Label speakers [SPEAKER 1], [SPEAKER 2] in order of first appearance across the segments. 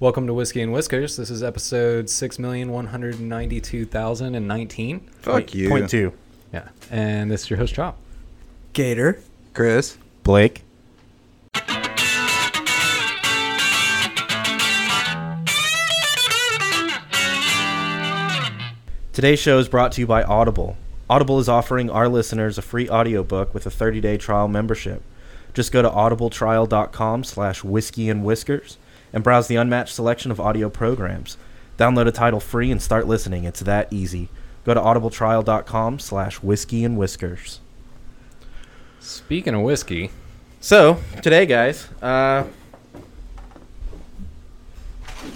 [SPEAKER 1] Welcome to Whiskey and Whiskers. This is episode six million one hundred ninety-two thousand and nineteen.
[SPEAKER 2] Fuck you.
[SPEAKER 3] Point two.
[SPEAKER 1] Yeah, and this is your host Chop.
[SPEAKER 4] Gator.
[SPEAKER 2] Chris.
[SPEAKER 3] Blake. Today's show is brought to you by Audible. Audible is offering our listeners a free audiobook with a 30-day trial membership. Just go to audibletrial.com slash whiskey and whiskers and browse the unmatched selection of audio programs. Download a title free and start listening. It's that easy. Go to audibletrial.com slash whiskey and whiskers.
[SPEAKER 1] Speaking of whiskey,
[SPEAKER 3] So, today, guys, uh,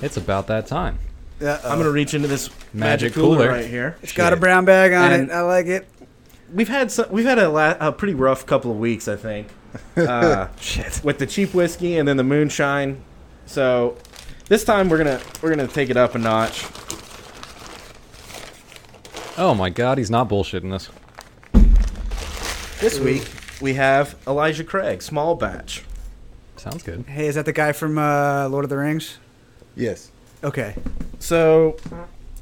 [SPEAKER 1] it's about that time.
[SPEAKER 3] I'm gonna reach into this
[SPEAKER 1] Magic
[SPEAKER 3] magic, cooler,
[SPEAKER 1] cooler.
[SPEAKER 3] right here.
[SPEAKER 4] It's got a brown bag on
[SPEAKER 3] And-
[SPEAKER 4] it. I like it.
[SPEAKER 3] We've had some, we've had a, la- a pretty rough couple of weeks, I think, uh,
[SPEAKER 4] Shit.
[SPEAKER 3] with the cheap whiskey and then the moonshine. So this time we're gonna we're gonna take it up a notch.
[SPEAKER 1] Oh my God, he's not bullshitting us.
[SPEAKER 3] This week we have Elijah Craig, small batch.
[SPEAKER 1] Sounds good.
[SPEAKER 4] Hey, is that the guy from uh, Lord of the Rings?
[SPEAKER 2] Yes.
[SPEAKER 4] Okay.
[SPEAKER 3] So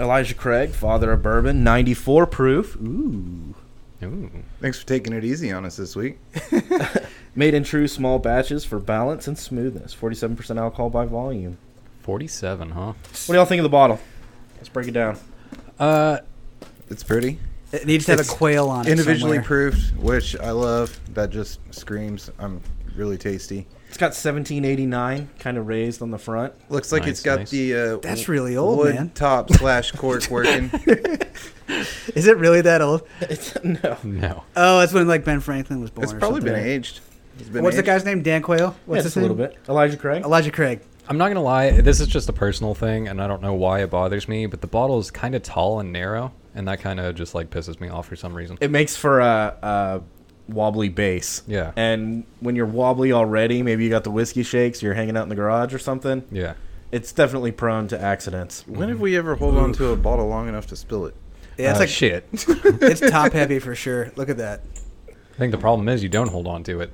[SPEAKER 3] Elijah Craig, father of bourbon, 94 proof. Ooh.
[SPEAKER 1] Ooh.
[SPEAKER 2] Thanks for taking it easy on us this week.
[SPEAKER 3] Made in true small batches for balance and smoothness. 47% alcohol by volume.
[SPEAKER 1] 47, huh?
[SPEAKER 3] What do y'all think of the bottle? Let's break it down.
[SPEAKER 1] Uh,
[SPEAKER 2] It's pretty.
[SPEAKER 4] It needs to have
[SPEAKER 2] It's
[SPEAKER 4] a quail on it.
[SPEAKER 2] Individually
[SPEAKER 4] somewhere.
[SPEAKER 2] proofed, which I love. That just screams I'm really tasty.
[SPEAKER 3] It's got 1789 kind of raised on the front.
[SPEAKER 2] Looks like
[SPEAKER 1] Nice,
[SPEAKER 2] it's got
[SPEAKER 1] nice.
[SPEAKER 2] the uh,
[SPEAKER 4] That's really old,
[SPEAKER 2] wood
[SPEAKER 4] man.
[SPEAKER 2] top slash cork working.
[SPEAKER 4] Is it really that old?
[SPEAKER 3] It's no.
[SPEAKER 1] no.
[SPEAKER 4] Oh, it's when like Ben Franklin was born.
[SPEAKER 2] it's
[SPEAKER 4] or
[SPEAKER 2] probably
[SPEAKER 4] something.
[SPEAKER 2] been aged. It's been
[SPEAKER 4] What's the
[SPEAKER 2] aged.
[SPEAKER 4] guy's name? Dan Quayle. What's
[SPEAKER 3] What's
[SPEAKER 4] his
[SPEAKER 3] a
[SPEAKER 4] name?
[SPEAKER 3] little bit? Elijah Craig.
[SPEAKER 4] Elijah Craig.
[SPEAKER 1] I'm not gonna lie. This is just a personal thing, and I don't know why it bothers me. But the bottle is kind of tall and narrow, and that kind of just like pisses me off for some reason.
[SPEAKER 3] It makes for a, a wobbly base.
[SPEAKER 1] Yeah.
[SPEAKER 3] And when you're wobbly already, maybe you got the whiskey shakes, you're hanging out in the garage or something.
[SPEAKER 1] Yeah.
[SPEAKER 3] It's definitely prone to accidents.
[SPEAKER 2] When have we ever hold on to a bottle long enough to spill it?
[SPEAKER 4] Yeah, it's
[SPEAKER 1] Uh,
[SPEAKER 4] like
[SPEAKER 1] shit.
[SPEAKER 4] it's top heavy for sure. Look at that.
[SPEAKER 1] I think the problem is you don't hold on to it.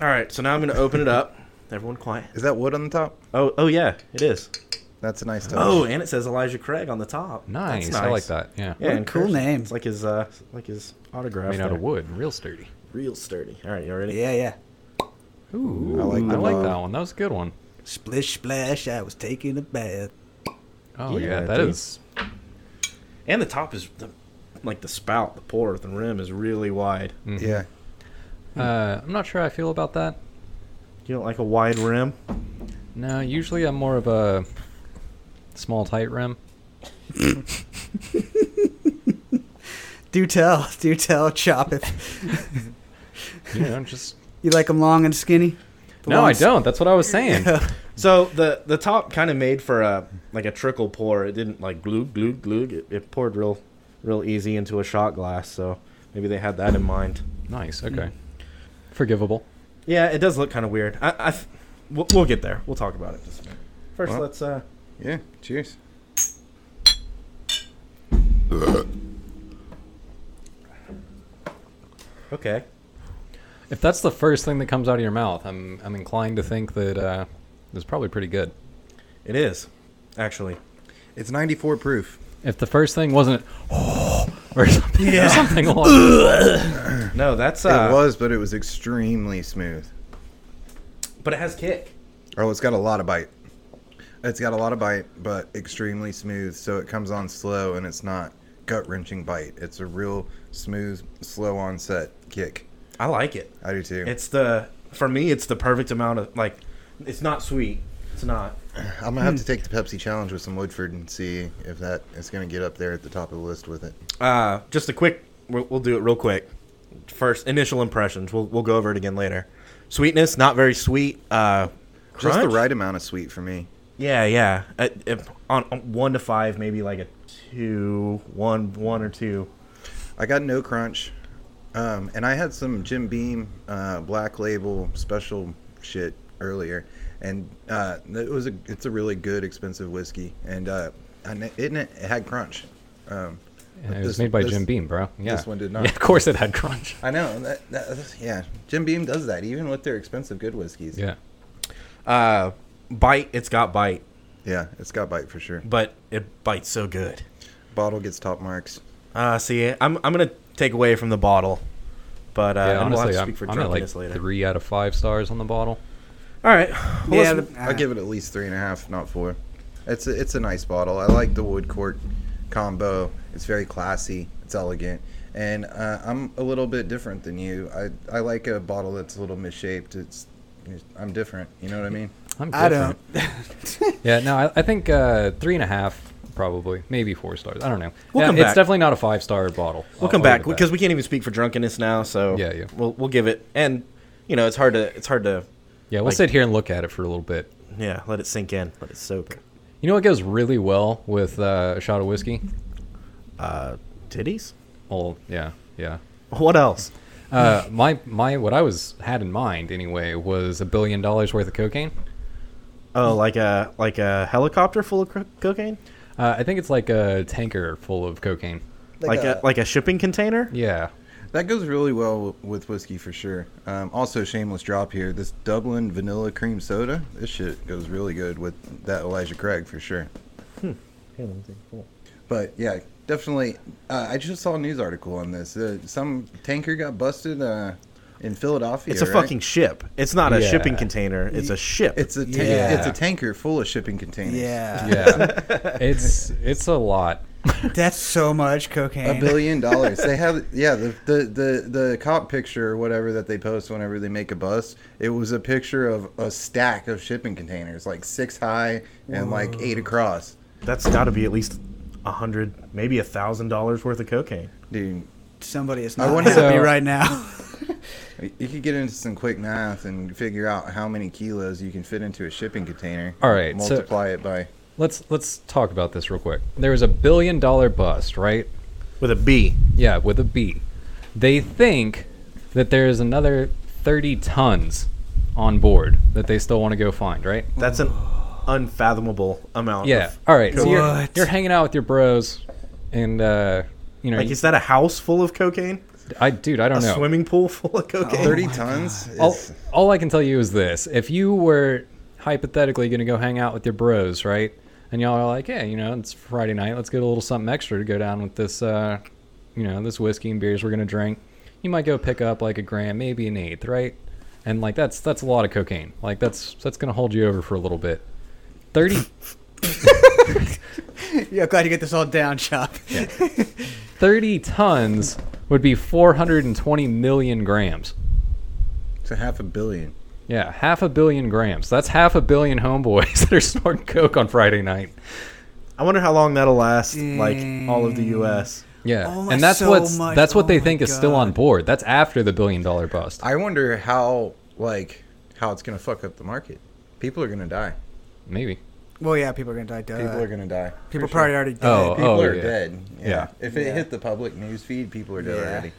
[SPEAKER 3] All right, so now I'm going to open it up. Everyone quiet.
[SPEAKER 2] Is that wood on the top?
[SPEAKER 3] Oh, oh yeah, it is.
[SPEAKER 2] That's a nice touch.
[SPEAKER 3] Oh, and it says Elijah Craig on the top.
[SPEAKER 1] Nice.
[SPEAKER 3] That's
[SPEAKER 1] I like that. Yeah.
[SPEAKER 3] Yeah,
[SPEAKER 4] What a
[SPEAKER 3] and
[SPEAKER 4] cool
[SPEAKER 3] cursive.
[SPEAKER 4] name.
[SPEAKER 3] It's like his uh, like his autograph.
[SPEAKER 1] Made out of
[SPEAKER 3] there.
[SPEAKER 1] wood, real sturdy.
[SPEAKER 3] Real sturdy. All right, you ready?
[SPEAKER 4] Yeah, yeah.
[SPEAKER 1] Ooh,
[SPEAKER 2] I like
[SPEAKER 1] I
[SPEAKER 2] the
[SPEAKER 1] like
[SPEAKER 2] mug.
[SPEAKER 1] that one. That was a good one.
[SPEAKER 4] Splish splash. I was taking a bath.
[SPEAKER 1] Oh yeah,
[SPEAKER 3] Yeah,
[SPEAKER 1] that
[SPEAKER 3] dude.
[SPEAKER 1] is.
[SPEAKER 3] And the top is the, like the spout, the pour, the rim is really wide.
[SPEAKER 2] Yeah.
[SPEAKER 1] mm-hmm. Uh, I'm not sure I feel about that.
[SPEAKER 3] You don't like a wide rim?
[SPEAKER 1] No, usually I'm more of a small tight rim.
[SPEAKER 4] Do tell. Do tell. Chop it.
[SPEAKER 1] You know, just
[SPEAKER 4] You like them long and skinny? The
[SPEAKER 1] no,
[SPEAKER 4] long
[SPEAKER 1] I
[SPEAKER 4] s-
[SPEAKER 1] don't. That's what I was saying.
[SPEAKER 3] So the the top kind of made for a like a trickle pour. It didn't like glug glug glug. It, it poured real real easy into a shot glass. So maybe they had that in mind.
[SPEAKER 1] Nice.
[SPEAKER 2] Mm.
[SPEAKER 1] Okay. Forgivable.
[SPEAKER 3] Yeah, it does look kind of weird. I, I th- we'll, we'll get there. We'll talk about it. Just a minute. First,
[SPEAKER 2] Well-
[SPEAKER 3] let's uh.
[SPEAKER 2] Yeah. Cheers.
[SPEAKER 3] Okay.
[SPEAKER 1] If that's the first thing that comes out of your mouth, I'm I'm inclined to think that uh, it's probably pretty good.
[SPEAKER 3] It is actually.
[SPEAKER 2] It's 94 proof.
[SPEAKER 1] If the first thing wasn't or something, or
[SPEAKER 3] Yeah.
[SPEAKER 1] something along.
[SPEAKER 3] No, that's uh.
[SPEAKER 2] it was, but it was extremely smooth.
[SPEAKER 3] But it has kick.
[SPEAKER 2] Oh, it's got a lot of bite. It's got a lot of bite, but extremely smooth. So it comes on slow, and it's not gut wrenching bite. It's a real smooth, slow onset kick.
[SPEAKER 3] I like it.
[SPEAKER 2] I do too.
[SPEAKER 3] It's the for me. It's the perfect amount of like. It's not sweet. It's not.
[SPEAKER 2] I'm gonna have to take the Pepsi challenge with some Woodford and see if that is gonna get up there at the top of the list with it.
[SPEAKER 3] Uh, just a quick. We'll, we'll do it real quick. First initial impressions. We'll we'll go over it again later. Sweetness, not very sweet. Uh,
[SPEAKER 2] Just the
[SPEAKER 3] crunch?
[SPEAKER 2] right amount of sweet for me.
[SPEAKER 3] Yeah, yeah. Uh, if- on, on one to five, maybe like a two, one, one or two.
[SPEAKER 2] I got no crunch, um, and I had some Jim Beam uh, Black Label special shit earlier, and uh, it was a it's a really good expensive whiskey, and uh, and it, it, it had crunch. Um,
[SPEAKER 1] And
[SPEAKER 2] but
[SPEAKER 1] it was
[SPEAKER 2] this-
[SPEAKER 1] made by
[SPEAKER 2] this-
[SPEAKER 1] Jim Beam, bro. Yeah.
[SPEAKER 2] this one did not.
[SPEAKER 1] Yeah, of course it had crunch.
[SPEAKER 2] I know that, that that's- yeah, Jim Beam does that even with their expensive good whiskeys.
[SPEAKER 1] Yeah.
[SPEAKER 3] Uh, bite. It's got bite.
[SPEAKER 2] Yeah, it's got bite for sure.
[SPEAKER 3] but it bites so good.
[SPEAKER 2] Bottle gets top marks.
[SPEAKER 3] Uh, see, I'm I'm gonna take away from the bottle, but uh,
[SPEAKER 1] yeah,
[SPEAKER 3] and we'll have
[SPEAKER 1] honestly,
[SPEAKER 3] to
[SPEAKER 1] I'm,
[SPEAKER 3] speak for
[SPEAKER 1] I'm at like
[SPEAKER 3] drunkenness later.
[SPEAKER 1] three out of five stars on the bottle.
[SPEAKER 3] All right. Well,
[SPEAKER 4] yeah,
[SPEAKER 3] let's-
[SPEAKER 4] the-
[SPEAKER 2] I give it at least three and a half, not four. It's a, it's a nice bottle. I like the wood cork combo. It's very classy. It's elegant. And uh, I'm a little bit different than you. I, I like a bottle that's a little misshaped. It's I'm different. You know what I mean?
[SPEAKER 1] I'm
[SPEAKER 4] I
[SPEAKER 1] different.
[SPEAKER 4] don't.
[SPEAKER 1] Yeah, no, I, I think uh, three and a half, probably, maybe four stars. I don't know.
[SPEAKER 3] We'll
[SPEAKER 1] yeah,
[SPEAKER 3] come
[SPEAKER 1] it's
[SPEAKER 3] back.
[SPEAKER 1] definitely not a five star bottle.
[SPEAKER 3] we'll
[SPEAKER 1] I'll-
[SPEAKER 3] come
[SPEAKER 1] I'll
[SPEAKER 3] back
[SPEAKER 1] give it
[SPEAKER 3] because we can't even speak for drunkenness now. So
[SPEAKER 1] Yeah, yeah.
[SPEAKER 3] We'll we'll give it, and you know, it's hard to it's hard to
[SPEAKER 1] yeah, we'll
[SPEAKER 3] like-
[SPEAKER 1] sit here and look at it for a little bit.
[SPEAKER 3] yeah let it sink in, let it soak.
[SPEAKER 1] You know what goes really well with uh, a shot of whiskey?
[SPEAKER 3] Uh, titties.
[SPEAKER 1] Oh, yeah, yeah.
[SPEAKER 3] What else?
[SPEAKER 1] Uh,
[SPEAKER 3] Hmm.
[SPEAKER 1] my my what I was had in mind anyway was a billion dollars worth of cocaine.
[SPEAKER 3] Oh, like a like a helicopter full of cro- cocaine,
[SPEAKER 1] Uh, I think it's like a tanker full of cocaine.
[SPEAKER 3] like, a, like a shipping container.
[SPEAKER 1] Yeah,
[SPEAKER 2] That goes really well with whiskey for sure. Um, also, shameless drop here. This Dublin vanilla cream soda. This shit goes really good with that Elijah Craig for sure. But yeah, definitely. Uh, I just saw a news article on this. Uh, some tanker got busted uh, in Philadelphia.
[SPEAKER 3] It's a
[SPEAKER 2] right?
[SPEAKER 3] fucking ship. It's not a
[SPEAKER 1] Yeah.
[SPEAKER 3] shipping container. It's a ship.
[SPEAKER 2] It's a ta-
[SPEAKER 4] Yeah.
[SPEAKER 2] it's a tanker full of shipping containers.
[SPEAKER 4] yeah.
[SPEAKER 1] yeah. it's it's a lot.
[SPEAKER 4] That's so much cocaine.
[SPEAKER 2] A billion dollars. They have yeah the, the the the cop picture or whatever that they post whenever they make a bust. It was a picture of a stack of shipping containers, like six high and like eight across.
[SPEAKER 3] That's got to be at least a hundred, maybe a thousand dollars worth of cocaine.
[SPEAKER 2] Dude,
[SPEAKER 4] Somebody is not
[SPEAKER 2] wonder-
[SPEAKER 4] happy
[SPEAKER 1] So-
[SPEAKER 4] right now.
[SPEAKER 2] you could get into some quick math and figure out how many kilos you can fit into a shipping container.
[SPEAKER 1] All right, so-
[SPEAKER 2] multiply it by.
[SPEAKER 1] Let's let's talk about this real quick. There was a billion dollar bust, right?
[SPEAKER 3] With a B.
[SPEAKER 1] Yeah, with a B. They think that there is another 30 tons on board that they still want to go find, right?
[SPEAKER 3] That's an unfathomable amount.
[SPEAKER 1] Yeah.
[SPEAKER 3] Of,
[SPEAKER 1] All right. So you're,
[SPEAKER 4] What?
[SPEAKER 1] you're hanging out with your bros, and uh, you know,
[SPEAKER 3] like, is that a house full of cocaine?
[SPEAKER 1] I dude, I don't
[SPEAKER 3] A
[SPEAKER 1] know.
[SPEAKER 3] swimming pool full of
[SPEAKER 4] Oh
[SPEAKER 3] cocaine?
[SPEAKER 2] Thirty tons. Is,
[SPEAKER 1] all, all I can tell you is this: if you were hypothetically going to go hang out with your bros, right, and y'all are like, "Hey, you know, it's Friday night. Let's get a little something extra to go down with this, uh, you know, this whiskey and beers we're going to drink." You might go pick up like a gram, maybe an eighth, right? And like that's that's a lot of cocaine. Like that's that's going to hold you over for a little bit. Thirty.
[SPEAKER 4] yeah, glad you get this all down, Chop.
[SPEAKER 1] 30 tons would be 420 million grams.
[SPEAKER 4] Oh.
[SPEAKER 2] It's a half a billion.
[SPEAKER 1] Yeah, half a billion grams. That's half a billion homeboys that are snorting coke on Friday night.
[SPEAKER 3] I wonder how long that'll last, like, all of the U.S.
[SPEAKER 1] Yeah,
[SPEAKER 4] Oh my-
[SPEAKER 1] and that's
[SPEAKER 4] so
[SPEAKER 1] what's
[SPEAKER 4] much.
[SPEAKER 1] that's what
[SPEAKER 4] Oh
[SPEAKER 1] they
[SPEAKER 4] my
[SPEAKER 1] think is still
[SPEAKER 4] God.
[SPEAKER 1] on board. That's after the billion dollar bust.
[SPEAKER 2] I wonder how like how it's gonna fuck up the market. People are gonna die.
[SPEAKER 1] Maybe.
[SPEAKER 4] Well, yeah, people are gonna die. Duh.
[SPEAKER 2] People are gonna die.
[SPEAKER 4] Uh, People
[SPEAKER 2] For
[SPEAKER 4] probably
[SPEAKER 2] sure.
[SPEAKER 4] already dead.
[SPEAKER 1] Oh,
[SPEAKER 2] People are
[SPEAKER 1] yeah.
[SPEAKER 2] dead. Yeah.
[SPEAKER 1] Yeah.
[SPEAKER 2] If it
[SPEAKER 4] Yeah.
[SPEAKER 2] hit the public news feed, people are dead
[SPEAKER 4] Yeah.
[SPEAKER 2] already.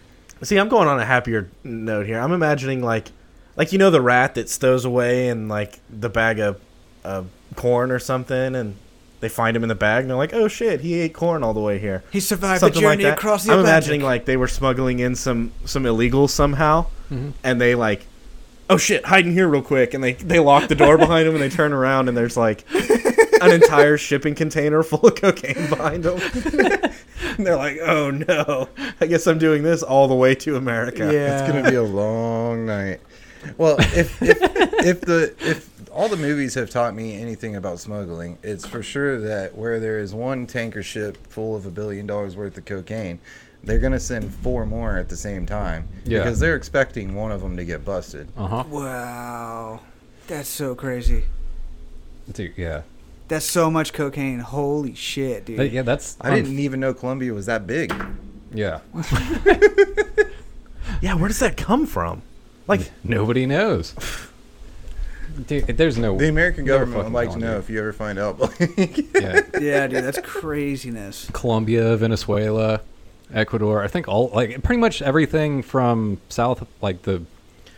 [SPEAKER 3] See, I'm going on a happier note here. I'm imagining, like, like you know the rat that stows away in, like, the bag of uh, corn or something, and they find him in the bag, and they're like, oh, shit, he ate corn all the way here.
[SPEAKER 4] he survived the
[SPEAKER 3] something like
[SPEAKER 4] journey
[SPEAKER 3] that.
[SPEAKER 4] across the
[SPEAKER 3] I'm
[SPEAKER 4] Atlantic.
[SPEAKER 3] imagining like they were smuggling in some some illegals somehow, and they like, oh shit, hide in here real quick, and they they lock the door behind them, and they turn around, and there's like an entire shipping container full of cocaine behind them. and they're like, oh no, I guess I'm doing this all the way to America.
[SPEAKER 4] yeah,
[SPEAKER 2] It's gonna be a long night. Well, if if, if the if all the movies have taught me anything about smuggling, it's for sure that where there is one tanker ship full of a billion dollars worth of cocaine, they're gonna send four more at the same time
[SPEAKER 1] Yeah.
[SPEAKER 2] because they're expecting one of them to get busted.
[SPEAKER 1] Uh huh.
[SPEAKER 4] Wow, that's so crazy.
[SPEAKER 1] Dude, yeah.
[SPEAKER 4] That's so much cocaine. Holy shit, dude.
[SPEAKER 1] That- yeah, that's
[SPEAKER 2] I didn't even know Colombia was that big.
[SPEAKER 1] Yeah.
[SPEAKER 3] yeah. Where does that come from? Like,
[SPEAKER 1] Nobody knows. Dude, there's no
[SPEAKER 2] The American
[SPEAKER 1] never fucking
[SPEAKER 2] government would like to
[SPEAKER 1] knowing,
[SPEAKER 2] know
[SPEAKER 1] dude.
[SPEAKER 2] if you ever find out.
[SPEAKER 1] Yeah.
[SPEAKER 4] yeah, dude, that's craziness.
[SPEAKER 1] Colombia, Venezuela, Ecuador. I think all like pretty much everything from south like the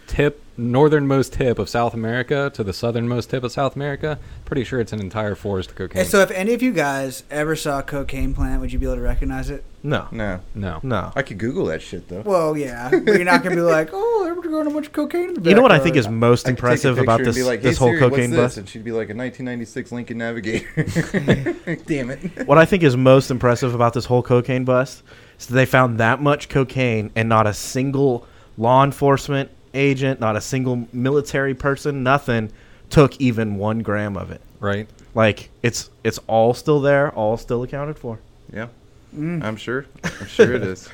[SPEAKER 1] tip northernmost tip of South America to the southernmost tip of South America. Pretty sure it's an entire forest of cocaine.
[SPEAKER 4] And so, if any of you guys ever saw a cocaine plant, would you be able to recognize it?
[SPEAKER 3] no,
[SPEAKER 2] no,
[SPEAKER 1] no.
[SPEAKER 3] no.
[SPEAKER 2] I could Google that shit though.
[SPEAKER 4] Well, yeah, but you're not gonna be like, oh, growing a bunch of cocaine in the back
[SPEAKER 3] You know what I think
[SPEAKER 4] yard.
[SPEAKER 3] is most
[SPEAKER 5] I could take a
[SPEAKER 3] impressive about
[SPEAKER 5] picture and
[SPEAKER 3] this
[SPEAKER 5] be like,
[SPEAKER 3] this
[SPEAKER 5] "Hey,
[SPEAKER 3] whole
[SPEAKER 5] Siri, what's
[SPEAKER 3] cocaine
[SPEAKER 5] this?"
[SPEAKER 3] bust?
[SPEAKER 5] And she'd be like a 1996 Lincoln Navigator. Damn it!
[SPEAKER 3] What I think is most impressive about this whole cocaine bust is that they found that much cocaine and not a single law enforcement agent, not a single military person, nothing took even one gram of it.
[SPEAKER 1] right?
[SPEAKER 3] Like it's it's all still there, all still accounted for.
[SPEAKER 5] Yeah, I'm sure. I'm sure it is.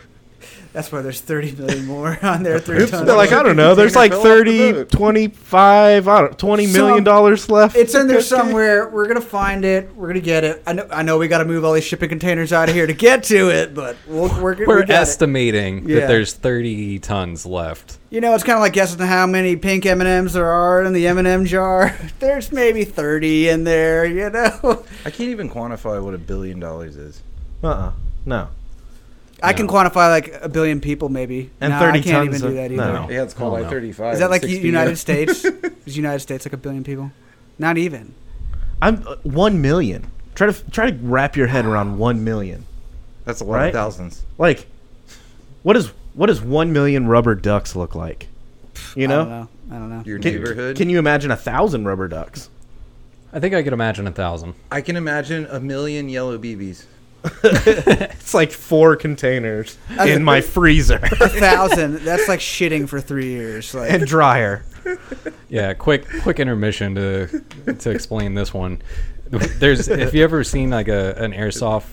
[SPEAKER 4] That's why there's 30 million more on there. Three
[SPEAKER 5] Oops,
[SPEAKER 4] tons.
[SPEAKER 3] They're like, I don't know, there's like 30, 25, I don't, 20 million
[SPEAKER 4] Some-
[SPEAKER 3] dollars left.
[SPEAKER 4] It's in there somewhere. We're gonna find it. We're gonna get it. I know. I know. We got to move all these shipping containers out of here to get to it, but we'll, we're we
[SPEAKER 1] We're
[SPEAKER 4] got it.
[SPEAKER 1] estimating
[SPEAKER 4] Yeah.
[SPEAKER 1] that there's 30 tons left.
[SPEAKER 4] You know, it's kind of like guessing how many pink M and M's there are in the M and M jar. There's maybe 30 in there. You know,
[SPEAKER 5] I can't even quantify what a billion dollars is.
[SPEAKER 3] Uh-uh, no.
[SPEAKER 4] I can
[SPEAKER 1] No.
[SPEAKER 4] quantify like a billion people maybe.
[SPEAKER 3] And
[SPEAKER 4] Nah,
[SPEAKER 3] 30
[SPEAKER 4] I can't
[SPEAKER 3] tons
[SPEAKER 4] even do
[SPEAKER 3] of-
[SPEAKER 4] that either.
[SPEAKER 3] no.
[SPEAKER 5] Yeah, it's called
[SPEAKER 1] Hell no.
[SPEAKER 5] I-35.
[SPEAKER 4] Is that like
[SPEAKER 5] It's
[SPEAKER 4] U-
[SPEAKER 5] 60
[SPEAKER 4] United States? Is United States like a billion people? Not even.
[SPEAKER 3] I'm uh, 1 million. Try to try to wrap your head around 1 million.
[SPEAKER 5] That's a lot
[SPEAKER 3] Right?
[SPEAKER 5] of thousands.
[SPEAKER 3] Like, what is what does one million rubber ducks look like? You
[SPEAKER 4] I don't
[SPEAKER 3] know,
[SPEAKER 4] know. I don't know.
[SPEAKER 5] Your
[SPEAKER 3] Can-
[SPEAKER 5] neighborhood.
[SPEAKER 3] Can you imagine a thousand rubber ducks?
[SPEAKER 1] I think I could imagine a thousand.
[SPEAKER 5] I can imagine a million yellow BBs.
[SPEAKER 3] It's like four containers in my freezer
[SPEAKER 4] a thousand. That's like shitting for three years. Like
[SPEAKER 3] and dryer.
[SPEAKER 1] Yeah, quick quick intermission to to explain this one. There's if you ever seen like a an airsoft,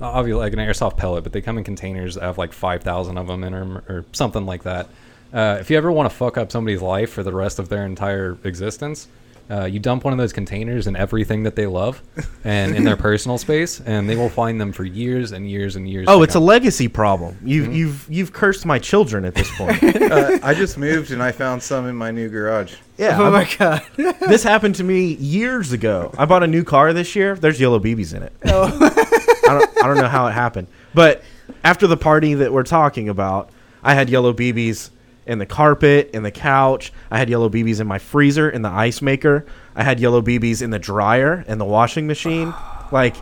[SPEAKER 1] obviously like an airsoft pellet, but they come in containers that have like five thousand of them in them or something like that. Uh, if you ever want to fuck up somebody's life for the rest of their entire existence, uh, you dump one of those containers in everything that they love and in their personal space, and they will find them for years and years and years.
[SPEAKER 3] Oh,
[SPEAKER 1] to
[SPEAKER 3] it's a
[SPEAKER 1] come.
[SPEAKER 3] legacy problem. You've you've you've cursed my children at this point.
[SPEAKER 5] uh, I just moved and I found some in my new garage.
[SPEAKER 3] yeah,
[SPEAKER 4] oh
[SPEAKER 3] I'm-
[SPEAKER 4] my god.
[SPEAKER 3] this happened to me years ago. I bought a new car this year. There's yellow BBs in it. I, don't, I don't know how it happened. But after the party that we're talking about, I had yellow BBs in the carpet, in the couch. I had yellow BBs in my freezer, in the ice maker. I had yellow BBs in the dryer and the washing machine. Like,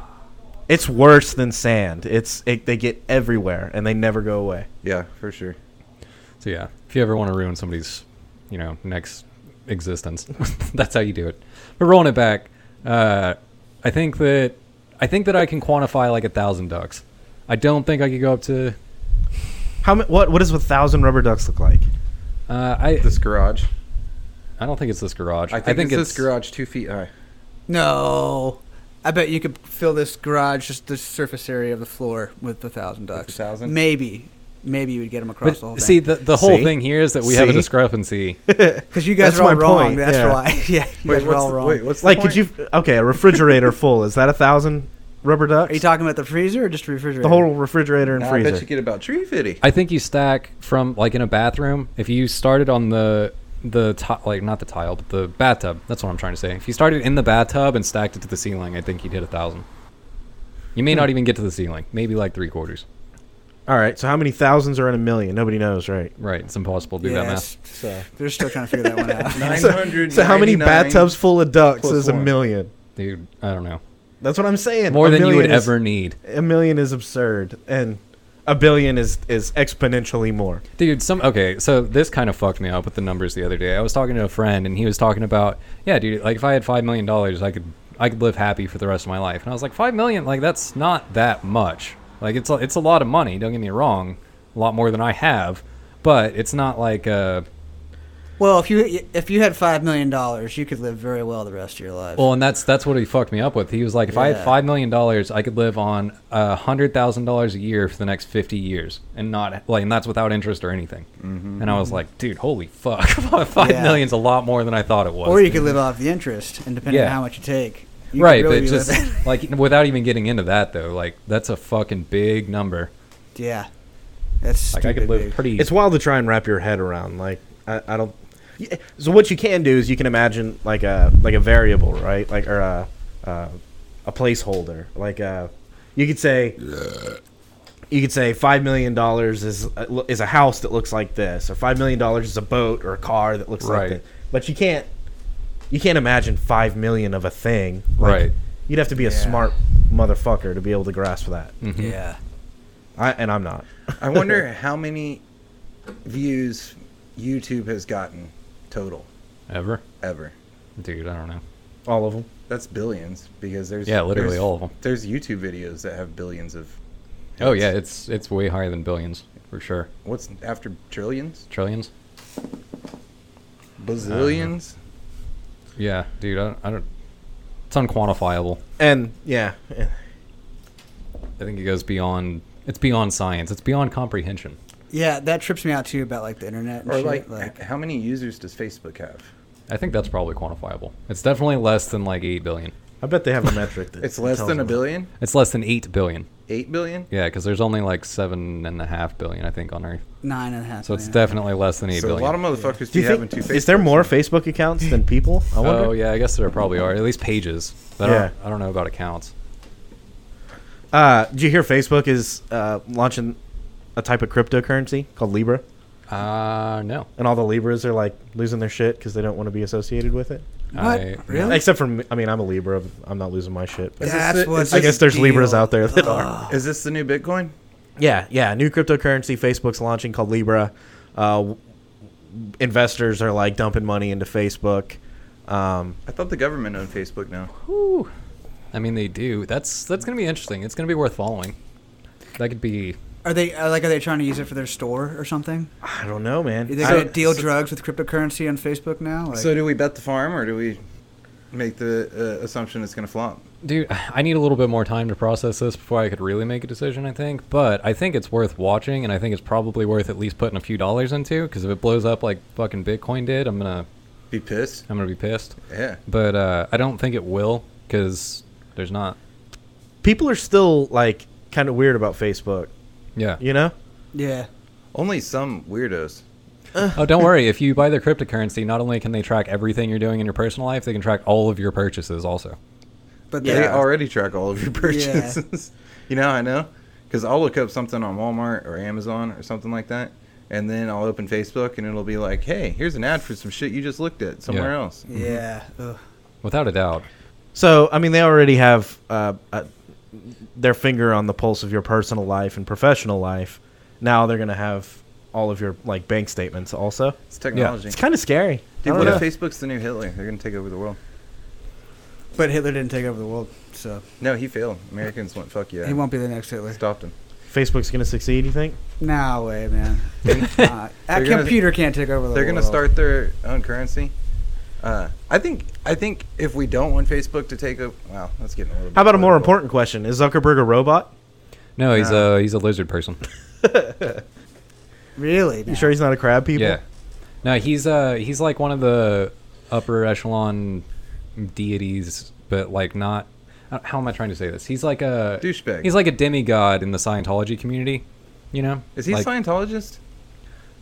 [SPEAKER 3] it's worse than sand. It's it, they get everywhere and they never go away.
[SPEAKER 5] Yeah, for sure.
[SPEAKER 1] So yeah, if you ever want to ruin somebody's, you know, next existence, that's how you do it. But rolling it back, uh, I think that I think that I can quantify like a thousand ducks. I don't think I could go up to.
[SPEAKER 3] How ma- what what does a thousand rubber ducks look like?
[SPEAKER 1] Uh, I
[SPEAKER 5] This garage.
[SPEAKER 1] I don't think it's this garage.
[SPEAKER 5] I think, it's, this garage two feet high.
[SPEAKER 4] No. I bet you could fill this garage, just the surface area of the floor, with a thousand ducks.
[SPEAKER 5] thousand?
[SPEAKER 4] Maybe. Maybe you would get them across the whole
[SPEAKER 1] But see, the, the whole
[SPEAKER 3] See?
[SPEAKER 1] thing here is that we have a
[SPEAKER 3] See?
[SPEAKER 1] discrepancy.
[SPEAKER 4] Because you guys
[SPEAKER 3] that's
[SPEAKER 4] are all
[SPEAKER 3] my
[SPEAKER 4] wrong.
[SPEAKER 3] point,
[SPEAKER 4] That's
[SPEAKER 3] yeah.
[SPEAKER 4] why. yeah, you guys are all wrong.
[SPEAKER 5] what's the
[SPEAKER 3] Like,
[SPEAKER 5] point?
[SPEAKER 3] could you? Okay, a refrigerator full is that a thousand rubber ducks?
[SPEAKER 4] Are you talking about the freezer or just refrigerator?
[SPEAKER 3] the whole refrigerator and
[SPEAKER 5] Nah, I
[SPEAKER 3] freezer.
[SPEAKER 5] bet you get about tree fitty.
[SPEAKER 1] I think you stack from like in a bathroom. If you started on the the ti- like not the tile, but the bathtub. That's what I'm trying to say. If you started in the bathtub and stacked it to the ceiling, I think you'd hit a thousand. You
[SPEAKER 3] Hmm.
[SPEAKER 1] may not even get to the ceiling. Maybe like three quarters.
[SPEAKER 3] All right, so how many thousands are in a million? Nobody knows, right?
[SPEAKER 1] Right. It's impossible to do
[SPEAKER 4] yeah,
[SPEAKER 1] that math.
[SPEAKER 4] it's- They're still trying to figure that one out.
[SPEAKER 3] So- So how many
[SPEAKER 5] 999
[SPEAKER 3] bathtubs full of ducks
[SPEAKER 5] plus
[SPEAKER 3] is a
[SPEAKER 5] one.
[SPEAKER 3] million?
[SPEAKER 1] Dude, I don't know.
[SPEAKER 3] That's what I'm saying.
[SPEAKER 1] More
[SPEAKER 3] A
[SPEAKER 1] than you
[SPEAKER 3] million
[SPEAKER 1] would
[SPEAKER 3] is-
[SPEAKER 1] ever need.
[SPEAKER 3] A million is absurd, and a billion is is exponentially more.
[SPEAKER 1] Dude, some okay, so this kind of fucked me up with the numbers the other day. I was talking to a friend and he was talking about, yeah, dude, like if I had five million dollars I could I could live happy for the rest of my life. And I was like, five million, like that's not that much. Like it's a, it's a lot of money, don't get me wrong. A lot more than I have. But it's not like uh
[SPEAKER 4] well, if you if you had five million dollars, you could live very well the rest of your life.
[SPEAKER 1] well and that's that's what he fucked me up with. He was like, If I had
[SPEAKER 4] Yeah.
[SPEAKER 1] five million dollars, I could live on a hundred thousand dollars a year for the next fifty years and not like and that's without interest or anything. And I was like, dude, holy fuck. Five
[SPEAKER 4] Mm-hmm, Yeah.
[SPEAKER 1] million's a lot more than I thought it was.
[SPEAKER 4] or you could live off the interest, and depending
[SPEAKER 1] Yeah.
[SPEAKER 4] on how much you take, you could
[SPEAKER 1] right,
[SPEAKER 4] really
[SPEAKER 1] but
[SPEAKER 4] be
[SPEAKER 1] just
[SPEAKER 4] living-
[SPEAKER 1] like without even getting into that though, like that's a fucking big number.
[SPEAKER 4] yeah, that's
[SPEAKER 1] Like I could
[SPEAKER 4] stupid
[SPEAKER 1] live
[SPEAKER 4] big.
[SPEAKER 1] pretty.
[SPEAKER 3] It's wild to try and wrap your head around. Like I, I don't. Yeah, So what you can do is you can imagine like a like a variable, right? Like or a uh, a placeholder. Like uh, you could say you could say five million dollars is a, is a house that looks like this, or five million dollars is a boat or a car that looks
[SPEAKER 1] Right.
[SPEAKER 3] like this. But you can't you can't imagine five million of a thing. Like,
[SPEAKER 1] Right.
[SPEAKER 3] You'd have to be a
[SPEAKER 4] Yeah.
[SPEAKER 3] smart motherfucker to be able to grasp that.
[SPEAKER 1] Hmm.
[SPEAKER 4] Yeah.
[SPEAKER 3] I, and I'm not.
[SPEAKER 5] I wonder how many views
[SPEAKER 2] YouTube has gotten total
[SPEAKER 1] Ever?
[SPEAKER 2] ever?
[SPEAKER 1] Dude, I don't know.
[SPEAKER 3] All of them.
[SPEAKER 2] That's billions because there's
[SPEAKER 1] Yeah, literally
[SPEAKER 2] there's-
[SPEAKER 1] all of 'em.
[SPEAKER 2] There's YouTube videos that have billions of
[SPEAKER 1] Oh yeah, it's it's way higher than billions for sure.
[SPEAKER 2] what's after trillions,
[SPEAKER 1] Trillions?
[SPEAKER 2] bazillions.
[SPEAKER 1] Yeah, dude. I don't. I don't it's unquantifiable.
[SPEAKER 3] And yeah, eh,
[SPEAKER 1] I think it goes beyond. It's beyond science. It's beyond comprehension.
[SPEAKER 4] Yeah, that trips me out too about like the internet and
[SPEAKER 2] Or
[SPEAKER 4] shit.
[SPEAKER 2] like, eh.
[SPEAKER 4] Like,
[SPEAKER 2] how many users does Facebook have?
[SPEAKER 1] I think that's probably quantifiable. It's definitely less than like eight billion.
[SPEAKER 3] I bet they have a metric that
[SPEAKER 2] It's less
[SPEAKER 3] tells
[SPEAKER 2] than a
[SPEAKER 3] them.
[SPEAKER 2] billion,
[SPEAKER 1] It's less than eight billion.
[SPEAKER 2] eight billion.
[SPEAKER 1] Yeah, because there's only like seven and a half billion, I think, on Earth.
[SPEAKER 4] nine and a half.
[SPEAKER 1] So it's
[SPEAKER 4] million.
[SPEAKER 1] definitely less than eight
[SPEAKER 2] So a
[SPEAKER 1] billion.
[SPEAKER 2] lot of motherfuckers
[SPEAKER 3] Do
[SPEAKER 2] be
[SPEAKER 3] you
[SPEAKER 2] having
[SPEAKER 3] think,
[SPEAKER 2] two Facebooks.
[SPEAKER 3] is there more Facebook accounts than people? I wonder.
[SPEAKER 1] oh yeah, I guess there probably are. At least pages. I don't,
[SPEAKER 3] Yeah.
[SPEAKER 1] I don't know about accounts.
[SPEAKER 3] Uh, did you hear Facebook is uh, launching a type of cryptocurrency called Libra,
[SPEAKER 1] Uh no.
[SPEAKER 3] and all the Libras are like losing their shit because they don't want to be associated with it.
[SPEAKER 4] What?
[SPEAKER 1] I-
[SPEAKER 4] really?
[SPEAKER 3] Except for, me- I mean, I'm a Libra. I'm not losing my shit. But
[SPEAKER 2] Is this
[SPEAKER 4] That's
[SPEAKER 2] the-
[SPEAKER 4] what's
[SPEAKER 2] is
[SPEAKER 3] I
[SPEAKER 2] this-
[SPEAKER 3] guess there's
[SPEAKER 4] deal. Uh,
[SPEAKER 3] Libras out there that are.
[SPEAKER 2] Is this the new Bitcoin?
[SPEAKER 3] Yeah, yeah. New cryptocurrency Facebook's launching called Libra. Uh, w- investors are like dumping money into Facebook. Um,
[SPEAKER 2] I thought the government owned Facebook now.
[SPEAKER 1] Whew. I mean, they do. That's that's gonna be interesting. It's gonna be worth following. That could be.
[SPEAKER 4] Are they uh, like are they trying to use it for their store or something?
[SPEAKER 3] I don't know, man.
[SPEAKER 4] Are they
[SPEAKER 3] I-
[SPEAKER 4] going to deal drugs with cryptocurrency on Facebook now? Like,
[SPEAKER 2] So do we bet the farm or do we make the uh, assumption it's going to flop?
[SPEAKER 1] Dude, I need a little bit more time to process this before I could really make a decision. I think, but I think it's worth watching, and I think it's probably worth at least putting a few dollars into. Because if it blows up like fucking Bitcoin did, I'm gonna
[SPEAKER 2] Be pissed?
[SPEAKER 1] I'm gonna be pissed.
[SPEAKER 2] Yeah.
[SPEAKER 1] But uh, I don't think it will, because there's not.
[SPEAKER 3] people are still like kind of weird about Facebook.
[SPEAKER 1] Yeah.
[SPEAKER 3] You know?
[SPEAKER 4] yeah.
[SPEAKER 2] Only some weirdos.
[SPEAKER 1] Oh, don't worry. If you buy their cryptocurrency, not only can they track everything you're doing in your personal life, they can track all of your purchases also.
[SPEAKER 4] But
[SPEAKER 2] They
[SPEAKER 4] they are.
[SPEAKER 2] already track all of your purchases. you know, how I know. Because I'll look up something on Walmart or Amazon or something like that. And then I'll open Facebook and it'll be like, hey, here's an ad for some shit you just looked at somewhere
[SPEAKER 1] Yeah.
[SPEAKER 2] else.
[SPEAKER 4] Yeah. Ugh.
[SPEAKER 1] Without a doubt.
[SPEAKER 3] So, I mean, they already have uh, uh, their finger on the pulse of your personal life and professional life. Now they're going to have all of your like bank statements also.
[SPEAKER 2] It's technology.
[SPEAKER 3] It's kind of scary. I
[SPEAKER 2] Dude,
[SPEAKER 3] don't
[SPEAKER 2] what if
[SPEAKER 3] know.
[SPEAKER 2] Facebook's the new Hitler? They're going to take over the world.
[SPEAKER 4] But Hitler didn't take over the world, so
[SPEAKER 2] No, he failed. Americans went, fuck yeah.
[SPEAKER 4] he won't be the next Hitler.
[SPEAKER 2] Stopped him.
[SPEAKER 3] Facebook's going to succeed, you think?
[SPEAKER 4] No way, man. Nah,
[SPEAKER 2] They're
[SPEAKER 4] that
[SPEAKER 2] gonna-
[SPEAKER 4] computer can't take over the
[SPEAKER 2] They're
[SPEAKER 4] world.
[SPEAKER 2] going to start their own currency. Uh, I think. I think if we don't want Facebook to take over, wow, that's getting a little.
[SPEAKER 3] How
[SPEAKER 2] bit
[SPEAKER 3] about a more
[SPEAKER 2] political.
[SPEAKER 3] important question? Is Zuckerberg a robot?
[SPEAKER 1] No, he's
[SPEAKER 2] Nah.
[SPEAKER 1] a he's a lizard person.
[SPEAKER 4] Really?
[SPEAKER 3] You
[SPEAKER 4] now.
[SPEAKER 3] sure he's not a crab people?
[SPEAKER 1] Yeah. No, he's uh he's like one of the upper echelon deities, but like not. uh, How am I trying to say this? He's like a
[SPEAKER 2] Douchebag.
[SPEAKER 1] He's like a demigod in the Scientology community. You know?
[SPEAKER 2] Is he a
[SPEAKER 1] Like-
[SPEAKER 2] Scientologist?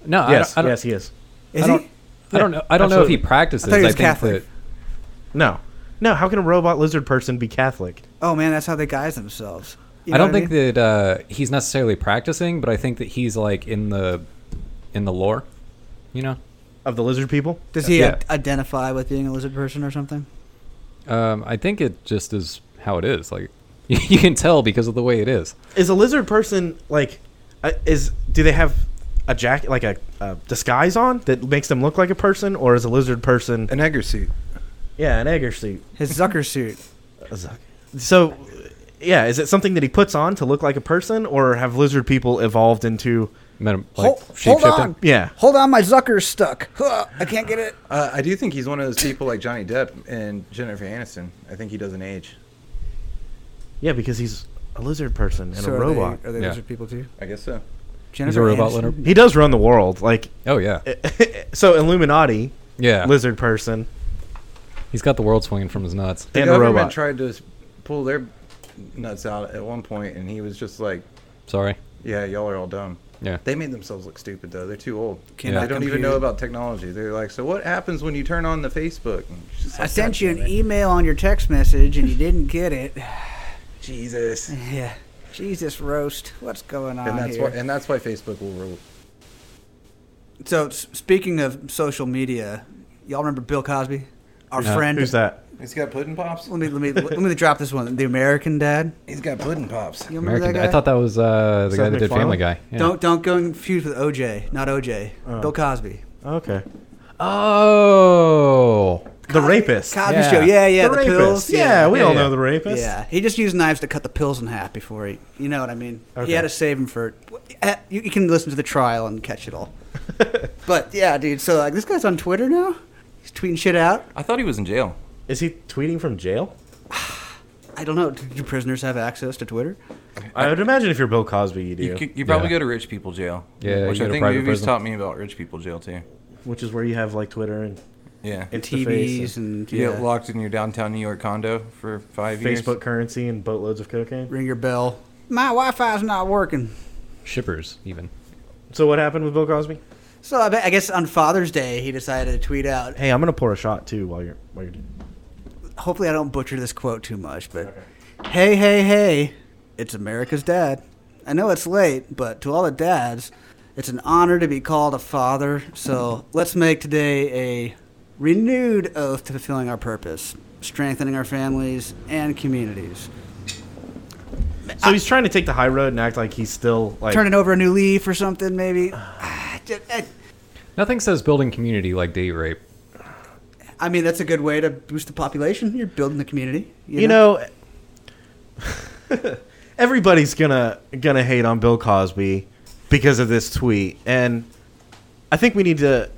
[SPEAKER 1] No, I
[SPEAKER 3] Yes,
[SPEAKER 1] don't- I don't,
[SPEAKER 3] yes, he is.
[SPEAKER 4] Is
[SPEAKER 1] I don't,
[SPEAKER 4] he?
[SPEAKER 1] I don't know. I don't know if
[SPEAKER 3] absolutely.
[SPEAKER 1] he practices.
[SPEAKER 4] I thought he was
[SPEAKER 1] think
[SPEAKER 4] Catholic.
[SPEAKER 1] that-
[SPEAKER 3] No. No, how can a robot lizard person be Catholic?
[SPEAKER 4] Oh man, that's how they guise themselves. You
[SPEAKER 1] I
[SPEAKER 4] know
[SPEAKER 1] don't
[SPEAKER 4] what
[SPEAKER 1] think that uh, he's necessarily practicing, but I think that he's like in the in the lore. You know,
[SPEAKER 3] Of the lizard people?
[SPEAKER 4] Does he
[SPEAKER 1] Yeah.
[SPEAKER 4] ad- identify with being a lizard person or something?
[SPEAKER 1] um, I think it just is how it is. Like you can tell because of the way it is.
[SPEAKER 3] Is a lizard person like uh, is do they have a jacket like a, a disguise on that makes them look like a person or is a lizard person
[SPEAKER 2] An Egger suit.
[SPEAKER 3] yeah, an egger suit.
[SPEAKER 4] His Zucker suit.
[SPEAKER 3] So yeah, is it something that he puts on to look like a person or have lizard people evolved into
[SPEAKER 1] Metam-
[SPEAKER 4] Hol-
[SPEAKER 1] like,
[SPEAKER 4] hold
[SPEAKER 1] shapeshifting.
[SPEAKER 4] on.
[SPEAKER 3] yeah.
[SPEAKER 4] Hold on, my Zucker's stuck. Huh, I can't get it.
[SPEAKER 2] Uh, I do think he's one of those people like Johnny Depp and Jennifer Aniston. I think he doesn't age.
[SPEAKER 3] Yeah, because he's a lizard person and
[SPEAKER 4] So
[SPEAKER 3] a
[SPEAKER 4] are
[SPEAKER 3] robot.
[SPEAKER 4] They, are they
[SPEAKER 1] Yeah.
[SPEAKER 4] lizard people too?
[SPEAKER 2] I guess so.
[SPEAKER 4] Jennifer
[SPEAKER 1] robot
[SPEAKER 4] Aniston?
[SPEAKER 1] lizard.
[SPEAKER 3] He does run the world like
[SPEAKER 1] Oh yeah,
[SPEAKER 3] so Illuminati
[SPEAKER 1] yeah.
[SPEAKER 3] lizard person
[SPEAKER 1] He's got the world swinging from his nuts.
[SPEAKER 2] The
[SPEAKER 3] and a
[SPEAKER 2] government
[SPEAKER 3] robot.
[SPEAKER 2] tried to s- pull their nuts out at one point, and he was just like,
[SPEAKER 1] Sorry.
[SPEAKER 2] "Yeah, y'all are all dumb."
[SPEAKER 1] Yeah.
[SPEAKER 2] They made themselves look stupid though. They're too old.
[SPEAKER 4] Cannot
[SPEAKER 2] They don't even
[SPEAKER 4] compute.
[SPEAKER 2] know about technology. They're like, "So what happens when you turn on the Facebook?" And it's just
[SPEAKER 4] I
[SPEAKER 2] like,
[SPEAKER 4] sent
[SPEAKER 2] "God
[SPEAKER 4] you
[SPEAKER 2] damn
[SPEAKER 4] an
[SPEAKER 2] it."
[SPEAKER 4] email on your text message and you didn't get it.
[SPEAKER 2] Jesus.
[SPEAKER 4] Yeah. Jesus roast. What's going on
[SPEAKER 2] And that's
[SPEAKER 4] here?
[SPEAKER 2] why. And that's why Facebook will rule.
[SPEAKER 4] So s- speaking of social media, y'all remember Bill Cosby, our
[SPEAKER 1] No.
[SPEAKER 4] friend?
[SPEAKER 3] Who's that?
[SPEAKER 2] He's got pudding pops.
[SPEAKER 4] Let me let me let me drop this one. The American Dad.
[SPEAKER 2] He's got pudding pops.
[SPEAKER 4] You remember
[SPEAKER 1] American.
[SPEAKER 4] that
[SPEAKER 1] Dad.
[SPEAKER 4] guy?
[SPEAKER 1] I thought that was uh, the guy
[SPEAKER 3] Seth
[SPEAKER 1] that did Family
[SPEAKER 3] MacFarlane?
[SPEAKER 1] Guy. Yeah.
[SPEAKER 4] Don't don't go confused with OJ. Not OJ. Bill Cosby.
[SPEAKER 3] Okay.
[SPEAKER 1] Oh.
[SPEAKER 3] The rapist.
[SPEAKER 4] Cosby
[SPEAKER 1] Yeah.
[SPEAKER 4] Show. Yeah, yeah.
[SPEAKER 3] the
[SPEAKER 4] The,
[SPEAKER 3] rapist.
[SPEAKER 4] pills.
[SPEAKER 3] Yeah, we
[SPEAKER 1] Yeah,
[SPEAKER 3] all
[SPEAKER 1] yeah.
[SPEAKER 3] know the rapist.
[SPEAKER 4] Yeah, he just used knives to cut the pills in half before he, you know what I mean.
[SPEAKER 3] Okay.
[SPEAKER 4] He had to save him for. eh, You, you can listen to the trial and catch it all. but yeah, dude. So like, this guy's on Twitter now. He's tweeting shit out.
[SPEAKER 2] I thought he was in jail.
[SPEAKER 3] Is he tweeting from jail?
[SPEAKER 4] I don't know. Do do prisoners have access to Twitter?
[SPEAKER 3] I would imagine if you're Bill Cosby, you do.
[SPEAKER 2] You, could- you probably
[SPEAKER 1] Yeah.
[SPEAKER 2] go to rich people jail.
[SPEAKER 1] Yeah, you
[SPEAKER 2] which
[SPEAKER 1] go
[SPEAKER 2] I
[SPEAKER 1] to
[SPEAKER 2] think
[SPEAKER 1] private
[SPEAKER 2] movies
[SPEAKER 1] prison.
[SPEAKER 2] taught me about rich people jail too.
[SPEAKER 3] Which is where you have like Twitter and
[SPEAKER 2] Yeah,
[SPEAKER 3] It's the face
[SPEAKER 4] TVs and
[SPEAKER 2] you get
[SPEAKER 4] yeah,
[SPEAKER 2] locked in your downtown New York condo for five years.
[SPEAKER 3] Facebook currency and boatloads of cocaine.
[SPEAKER 4] ring your bell. My Wi-Fi's not working.
[SPEAKER 1] Shippers, even.
[SPEAKER 3] So what happened with Bill Cosby?
[SPEAKER 4] So I, bet, I guess on Father's Day he decided to tweet out.
[SPEAKER 3] Hey, I'm gonna pour a shot too while you're while you're.
[SPEAKER 4] Hopefully I don't butcher this quote too much, but hey, hey, hey, it's America's dad. I know it's late, but to all the dads, it's an honor to be called a father. So let's make today a renewed oath to fulfilling our purpose, strengthening our families and communities,
[SPEAKER 3] So he's trying to take the high road and act like he's still like.
[SPEAKER 4] turning over a new leaf or something maybe. Just- I-
[SPEAKER 1] Nothing says building community like date rape.
[SPEAKER 4] I mean, that's a good way to boost the population. You're building the community.
[SPEAKER 3] you know everybody's gonna gonna hate on bill cosby because of this tweet and i think we need to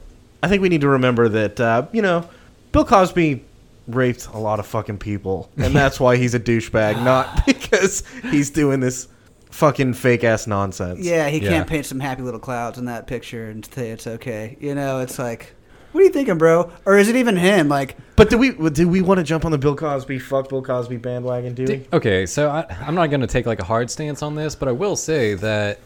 [SPEAKER 3] i think we need to remember that uh, you know bill cosby raped a lot of fucking people and that's why he's a douchebag not because he's doing this fucking fake ass nonsense
[SPEAKER 4] Yeah, he
[SPEAKER 1] Yeah.
[SPEAKER 4] can't paint some happy little clouds in that picture and say it's okay. You know, it's like, what are you thinking, bro? Or is it even him? Like,
[SPEAKER 3] but do we do we want to jump on the bill cosby fuck bill cosby bandwagon do we
[SPEAKER 1] Okay, so I, I'm not going to take like a hard stance on this, but I will say that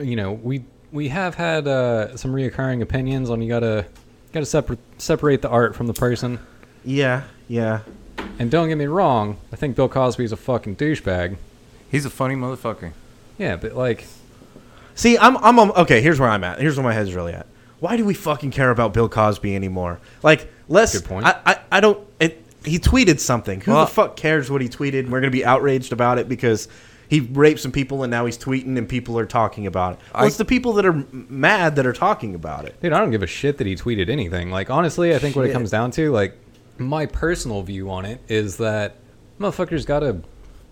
[SPEAKER 1] you know we we have had uh, some reoccurring opinions on you gotta gotta separate separate the art from the person.
[SPEAKER 3] yeah yeah
[SPEAKER 1] And don't get me wrong, I think Bill Cosby is a fucking douchebag.
[SPEAKER 2] He's a funny motherfucker.
[SPEAKER 1] Yeah, but like
[SPEAKER 3] See, I'm, I'm, um okay. Here's where I'm at. Here's where my head's really at. Why do we fucking care about Bill Cosby anymore? Like, less.
[SPEAKER 1] Good point.
[SPEAKER 3] I, I, I don't. It, he tweeted something. Who
[SPEAKER 2] Well-
[SPEAKER 3] the fuck cares what he tweeted? And we're gonna be outraged about it because he raped some people and now he's tweeting and people are talking about it. Well,
[SPEAKER 2] I-
[SPEAKER 3] it's the people that are m- mad that are talking about it.
[SPEAKER 1] Dude, I don't give a shit that he tweeted anything. Like, honestly, I think what it
[SPEAKER 4] Shit.
[SPEAKER 1] comes down to, like, my personal view on it is that motherfucker's got to,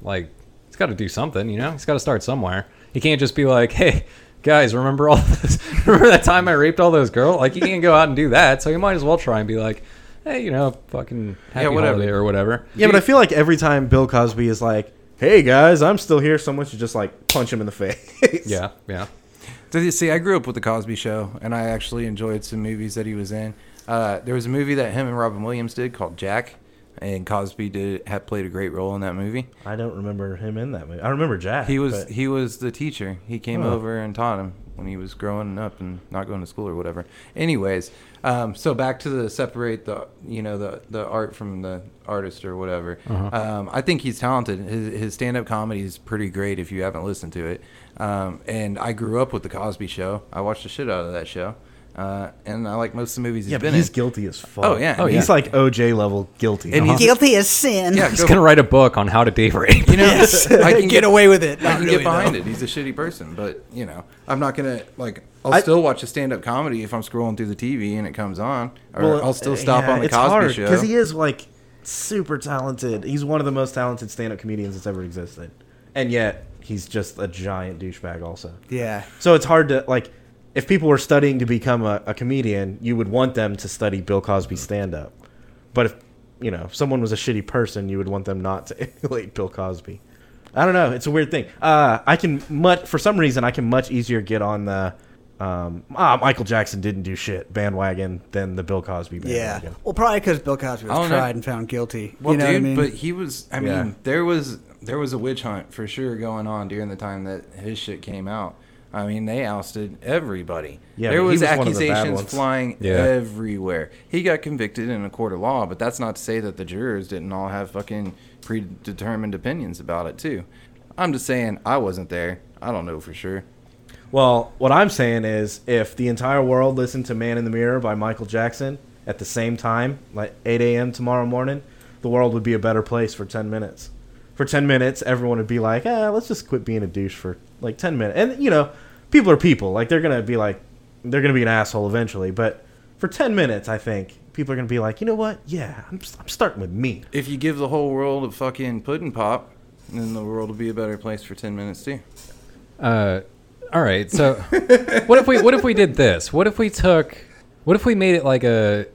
[SPEAKER 1] like, he's got to do something, you know? He's got to start somewhere. He can't just be like, hey, guys, remember all this? remember that time I raped all those girls? Like, you can't go out and do that. So you might as well try and be like, hey, you know, fucking happy
[SPEAKER 2] whatever.
[SPEAKER 1] holiday or whatever.
[SPEAKER 3] Yeah, but I feel like every time Bill Cosby is like, "Hey guys, I'm still here," someone should just like punch him in the face.
[SPEAKER 1] Yeah, yeah.
[SPEAKER 2] Did you see? I grew up with the Cosby Show, and I actually enjoyed some movies that he was in. Uh, there was a movie that him and Robin Williams did called Jack, and Cosby did had played a great role in that movie.
[SPEAKER 3] I don't remember him in that movie. I remember Jack.
[SPEAKER 2] He was
[SPEAKER 3] but-
[SPEAKER 2] he was the teacher. He came
[SPEAKER 3] Huh.
[SPEAKER 2] over and taught him when he was growing up and not going to school or whatever. Anyways, um, so back to the separate the you know the the art from the artist or whatever.
[SPEAKER 3] Uh-huh.
[SPEAKER 2] Um, I think he's talented. His his stand up comedy is pretty great if you haven't listened to it. Um, and I grew up with the Cosby Show. I watched the shit out of that show, uh, and I like most of the movies he's
[SPEAKER 3] Yeah,
[SPEAKER 2] been
[SPEAKER 3] but he's
[SPEAKER 2] in.
[SPEAKER 3] guilty as fuck.
[SPEAKER 2] Oh, yeah.
[SPEAKER 1] Oh,
[SPEAKER 3] he's
[SPEAKER 1] yeah.
[SPEAKER 3] like OJ level guilty.
[SPEAKER 2] And he's-
[SPEAKER 4] guilty as sin.
[SPEAKER 2] yeah,
[SPEAKER 1] He's
[SPEAKER 2] go
[SPEAKER 1] going to write a book on how to date rape.
[SPEAKER 2] You know, I can
[SPEAKER 4] get, away with it.
[SPEAKER 2] I can get behind it. He's a shitty person, but you know, I'm not gonna like. I'll
[SPEAKER 3] I-
[SPEAKER 2] still watch a stand-up comedy if I'm scrolling through the TV and it comes on, or
[SPEAKER 3] Well,
[SPEAKER 2] I'll still
[SPEAKER 3] uh,
[SPEAKER 2] stop
[SPEAKER 3] yeah,
[SPEAKER 2] on the
[SPEAKER 3] it's
[SPEAKER 2] Cosby
[SPEAKER 3] hard,
[SPEAKER 2] Show.
[SPEAKER 3] he is like super talented. He's one of the most talented stand-up comedians that's ever existed, and yet he's just a giant douchebag. Also,
[SPEAKER 4] Yeah.
[SPEAKER 3] so it's hard to like. If people were studying to become a, a comedian, you would want them to study Bill Cosby stand-up. But if you know if someone was a shitty person, you would want them not to emulate Bill Cosby. I don't know. It's a weird thing. Uh, I can much for some reason I can much easier get on the. Um, ah, Michael Jackson didn't do shit bandwagon than the Bill Cosby
[SPEAKER 4] Yeah.
[SPEAKER 3] bandwagon.
[SPEAKER 4] Well, probably because Bill Cosby
[SPEAKER 2] I
[SPEAKER 4] was
[SPEAKER 2] don't know.
[SPEAKER 4] tried and found guilty.
[SPEAKER 2] well,
[SPEAKER 4] you know
[SPEAKER 2] dude,
[SPEAKER 4] what I mean?
[SPEAKER 2] but he was. I
[SPEAKER 3] Yeah.
[SPEAKER 2] mean, there was there was a witch hunt for sure going on during the time that his shit came out. I mean, they ousted everybody.
[SPEAKER 3] Yeah,
[SPEAKER 2] there
[SPEAKER 3] but he
[SPEAKER 2] was,
[SPEAKER 3] was one of the bad
[SPEAKER 2] accusations
[SPEAKER 3] ones.
[SPEAKER 2] flying
[SPEAKER 1] Yeah.
[SPEAKER 2] everywhere. He got convicted in a court of law, but that's not to say that the jurors didn't all have fucking predetermined opinions about it too. I'm just saying, I wasn't there. I don't know for sure.
[SPEAKER 3] Well, what I'm saying is, if the entire world listened to "Man in the Mirror" by Michael Jackson at the same time, like 8 a.m. tomorrow morning, the world would be a better place for 10 minutes. For 10 minutes, everyone would be like, "Ah, let's just quit being a douche for like 10 minutes." And you know, people are people. Like they're gonna be like, they're gonna be an asshole eventually. But for 10 minutes, I think people are going to be like, you know what? Yeah, I'm, I'm starting with me.
[SPEAKER 2] If you give the whole world a fucking pudding pop, then the world will be a better place for 10 minutes too.
[SPEAKER 1] Uh, all right. So, what if we what if we did this? What if we took what if we made it like a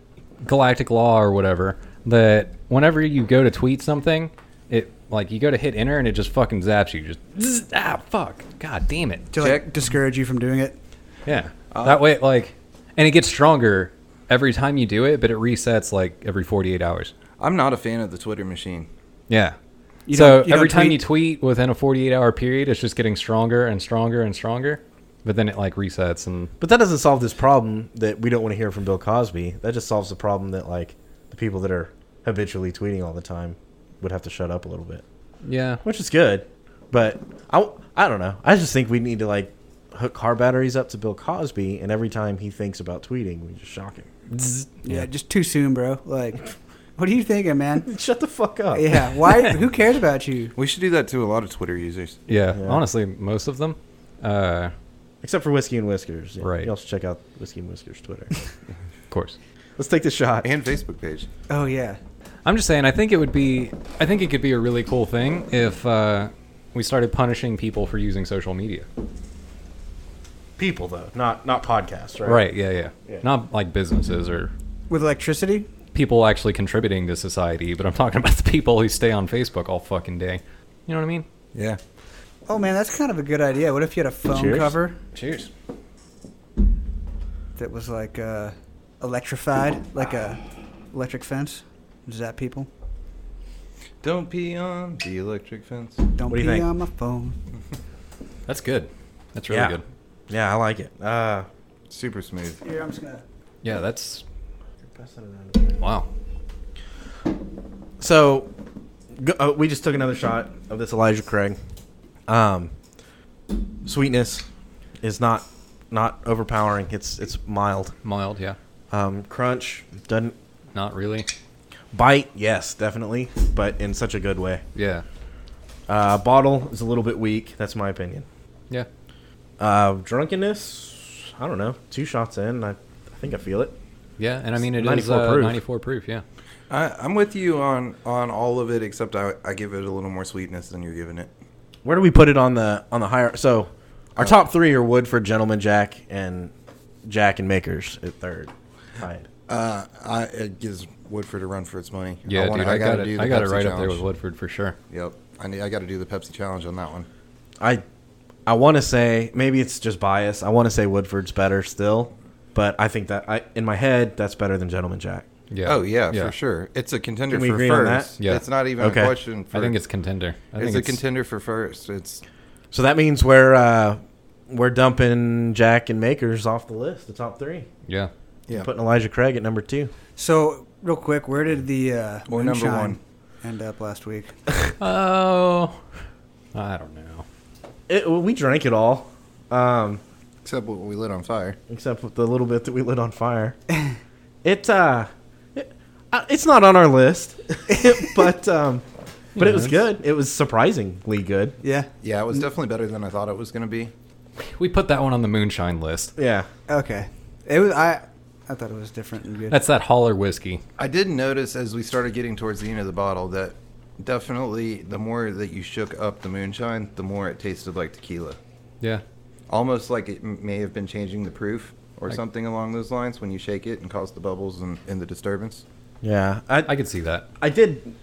[SPEAKER 1] galactic law or whatever that whenever you go to tweet something, it like you go to hit enter and it just fucking zaps you. Just zzz, ah fuck, god damn it.
[SPEAKER 4] to
[SPEAKER 2] Check.
[SPEAKER 4] like discourage you from doing it.
[SPEAKER 1] Yeah.
[SPEAKER 4] Uh,
[SPEAKER 1] that way, like, and it gets stronger every time you do it, but it resets like every 48 hours.
[SPEAKER 2] I'm not a fan of the Twitter machine.
[SPEAKER 1] Yeah.
[SPEAKER 4] You
[SPEAKER 1] so
[SPEAKER 4] don't- you
[SPEAKER 1] every
[SPEAKER 4] don't
[SPEAKER 1] time
[SPEAKER 4] tweet-
[SPEAKER 1] you tweet within a 48 hour period, it's just getting stronger and stronger and stronger. But then it like resets and
[SPEAKER 3] But that doesn't solve this problem that we don't want to hear from Bill Cosby. That just solves the problem that like the people that are habitually tweeting all the time would have to shut up a little bit,
[SPEAKER 1] yeah.
[SPEAKER 3] which is good. But I, I don't know. I just think we need to like hook car batteries up to Bill Cosby, and every time he thinks about tweeting, we just shock him.
[SPEAKER 4] Yeah, just too soon, bro. Like, what are you thinking, man?
[SPEAKER 3] Shut the fuck
[SPEAKER 2] Oh.
[SPEAKER 3] up.
[SPEAKER 4] Yeah, why? Who cares about you?
[SPEAKER 2] We should do that to a lot of Twitter users.
[SPEAKER 1] Yeah.
[SPEAKER 3] Yeah.
[SPEAKER 1] Honestly, most of them. Uh,
[SPEAKER 3] Except for whiskey and whiskers. Yeah,
[SPEAKER 1] Right.
[SPEAKER 3] You also check out whiskey and whiskers Twitter.
[SPEAKER 1] of course.
[SPEAKER 3] Let's take the shot.
[SPEAKER 2] And Facebook page.
[SPEAKER 4] Oh yeah,
[SPEAKER 1] I'm just saying, I think it would be, I think it could be a really cool thing if uh, we started punishing people for using social media.
[SPEAKER 3] people though, not not podcasts, right?
[SPEAKER 1] Right. Yeah, yeah.
[SPEAKER 3] Yeah.
[SPEAKER 1] Not like businesses or
[SPEAKER 4] with electricity.
[SPEAKER 1] people actually contributing to society, but I'm talking about the people who stay on Facebook all fucking day. You know what I mean?
[SPEAKER 2] Yeah.
[SPEAKER 4] Oh man, that's kind of a good idea. What if you had a phone
[SPEAKER 3] Cheers.
[SPEAKER 4] cover
[SPEAKER 2] Cheers.
[SPEAKER 4] that was like uh, electrified, like a electric fence? Is that people?
[SPEAKER 2] Don't pee on the electric fence.
[SPEAKER 4] Don't
[SPEAKER 3] What
[SPEAKER 4] be
[SPEAKER 3] do you think?
[SPEAKER 4] on my phone.
[SPEAKER 1] That's good. That's really
[SPEAKER 3] Yeah.
[SPEAKER 1] good.
[SPEAKER 3] Yeah, I like it. Uh,
[SPEAKER 2] Super smooth.
[SPEAKER 4] Here, I'm just gonna.
[SPEAKER 1] Yeah, that's wow.
[SPEAKER 3] so go, oh, we just took another shot of this Elijah Craig. Um, sweetness is not not overpowering. It's it's mild.
[SPEAKER 1] Mild, yeah.
[SPEAKER 3] Um, crunch doesn't
[SPEAKER 1] Not really.
[SPEAKER 3] bite. Yes, definitely, but in such a good way.
[SPEAKER 1] Yeah.
[SPEAKER 3] Uh, bottle is a little bit weak. That's my opinion.
[SPEAKER 1] Yeah.
[SPEAKER 3] Uh, drunkenness. I don't know. Two shots in, I, I think I feel it.
[SPEAKER 1] Yeah, and I mean it is
[SPEAKER 3] 94
[SPEAKER 1] uh,
[SPEAKER 3] proof.
[SPEAKER 1] 94 proof, yeah.
[SPEAKER 2] I, I'm with you on, on all of it, except I, I give it a little more sweetness than you're giving it.
[SPEAKER 3] Where do we put it on the on the higher? So, our top three are Woodford, Gentleman Jack, and Jack and Makers at third. Right.
[SPEAKER 2] Uh, I, it gives Woodford a run for its money.
[SPEAKER 1] Yeah,
[SPEAKER 2] wanna-
[SPEAKER 1] dude, I, got
[SPEAKER 2] gotta
[SPEAKER 1] it.
[SPEAKER 2] the
[SPEAKER 1] I got it
[SPEAKER 2] Pepsi
[SPEAKER 1] right up there
[SPEAKER 2] challenge.
[SPEAKER 1] with Woodford for sure.
[SPEAKER 2] Yep. I need, I got to do the Pepsi challenge on that one.
[SPEAKER 3] I I want to say maybe it's just bias. I want to say Woodford's better still, but I think that I in my head that's better than Gentleman Jack.
[SPEAKER 1] Yeah.
[SPEAKER 2] Oh yeah, for sure. It's a contender
[SPEAKER 3] Can we
[SPEAKER 2] for
[SPEAKER 3] agree on that?
[SPEAKER 2] first.
[SPEAKER 1] Yeah.
[SPEAKER 2] It's not even
[SPEAKER 3] Okay.
[SPEAKER 2] a question. For,
[SPEAKER 1] I think it's contender. I
[SPEAKER 2] it's
[SPEAKER 1] think
[SPEAKER 2] a
[SPEAKER 1] it's
[SPEAKER 2] contender for first. It's
[SPEAKER 3] So that means we're uh, we're dumping Jack and Makers off the list, the top three.
[SPEAKER 1] Yeah.
[SPEAKER 2] yeah.
[SPEAKER 3] Putting Elijah Craig at number two.
[SPEAKER 4] So real quick, where did the uh,
[SPEAKER 2] We're number
[SPEAKER 4] moonshine
[SPEAKER 2] one.
[SPEAKER 4] end up last week?
[SPEAKER 1] Oh. I don't know.
[SPEAKER 3] It, we drank it all, um,
[SPEAKER 2] Except what we lit on fire.
[SPEAKER 3] except with the little bit that we lit on fire. it, uh, it uh, it's not on our list, but um, but it was
[SPEAKER 1] Yes.
[SPEAKER 3] good. It was surprisingly good.
[SPEAKER 4] Yeah.
[SPEAKER 2] Yeah, it was definitely better than I thought it was going to be.
[SPEAKER 1] We put that one on the moonshine list.
[SPEAKER 3] Yeah,
[SPEAKER 4] Okay. It was I. I thought it was different and good.
[SPEAKER 1] That's that holler whiskey.
[SPEAKER 2] I did notice as we started getting towards the end of the bottle that definitely the more that you shook up the moonshine, the more it tasted like tequila.
[SPEAKER 1] Yeah.
[SPEAKER 2] Almost like it m- may have been changing the proof or
[SPEAKER 1] I-
[SPEAKER 2] something along those lines when you shake it and cause the bubbles and, and the disturbance.
[SPEAKER 3] yeah. I,
[SPEAKER 1] I could see that.
[SPEAKER 3] I did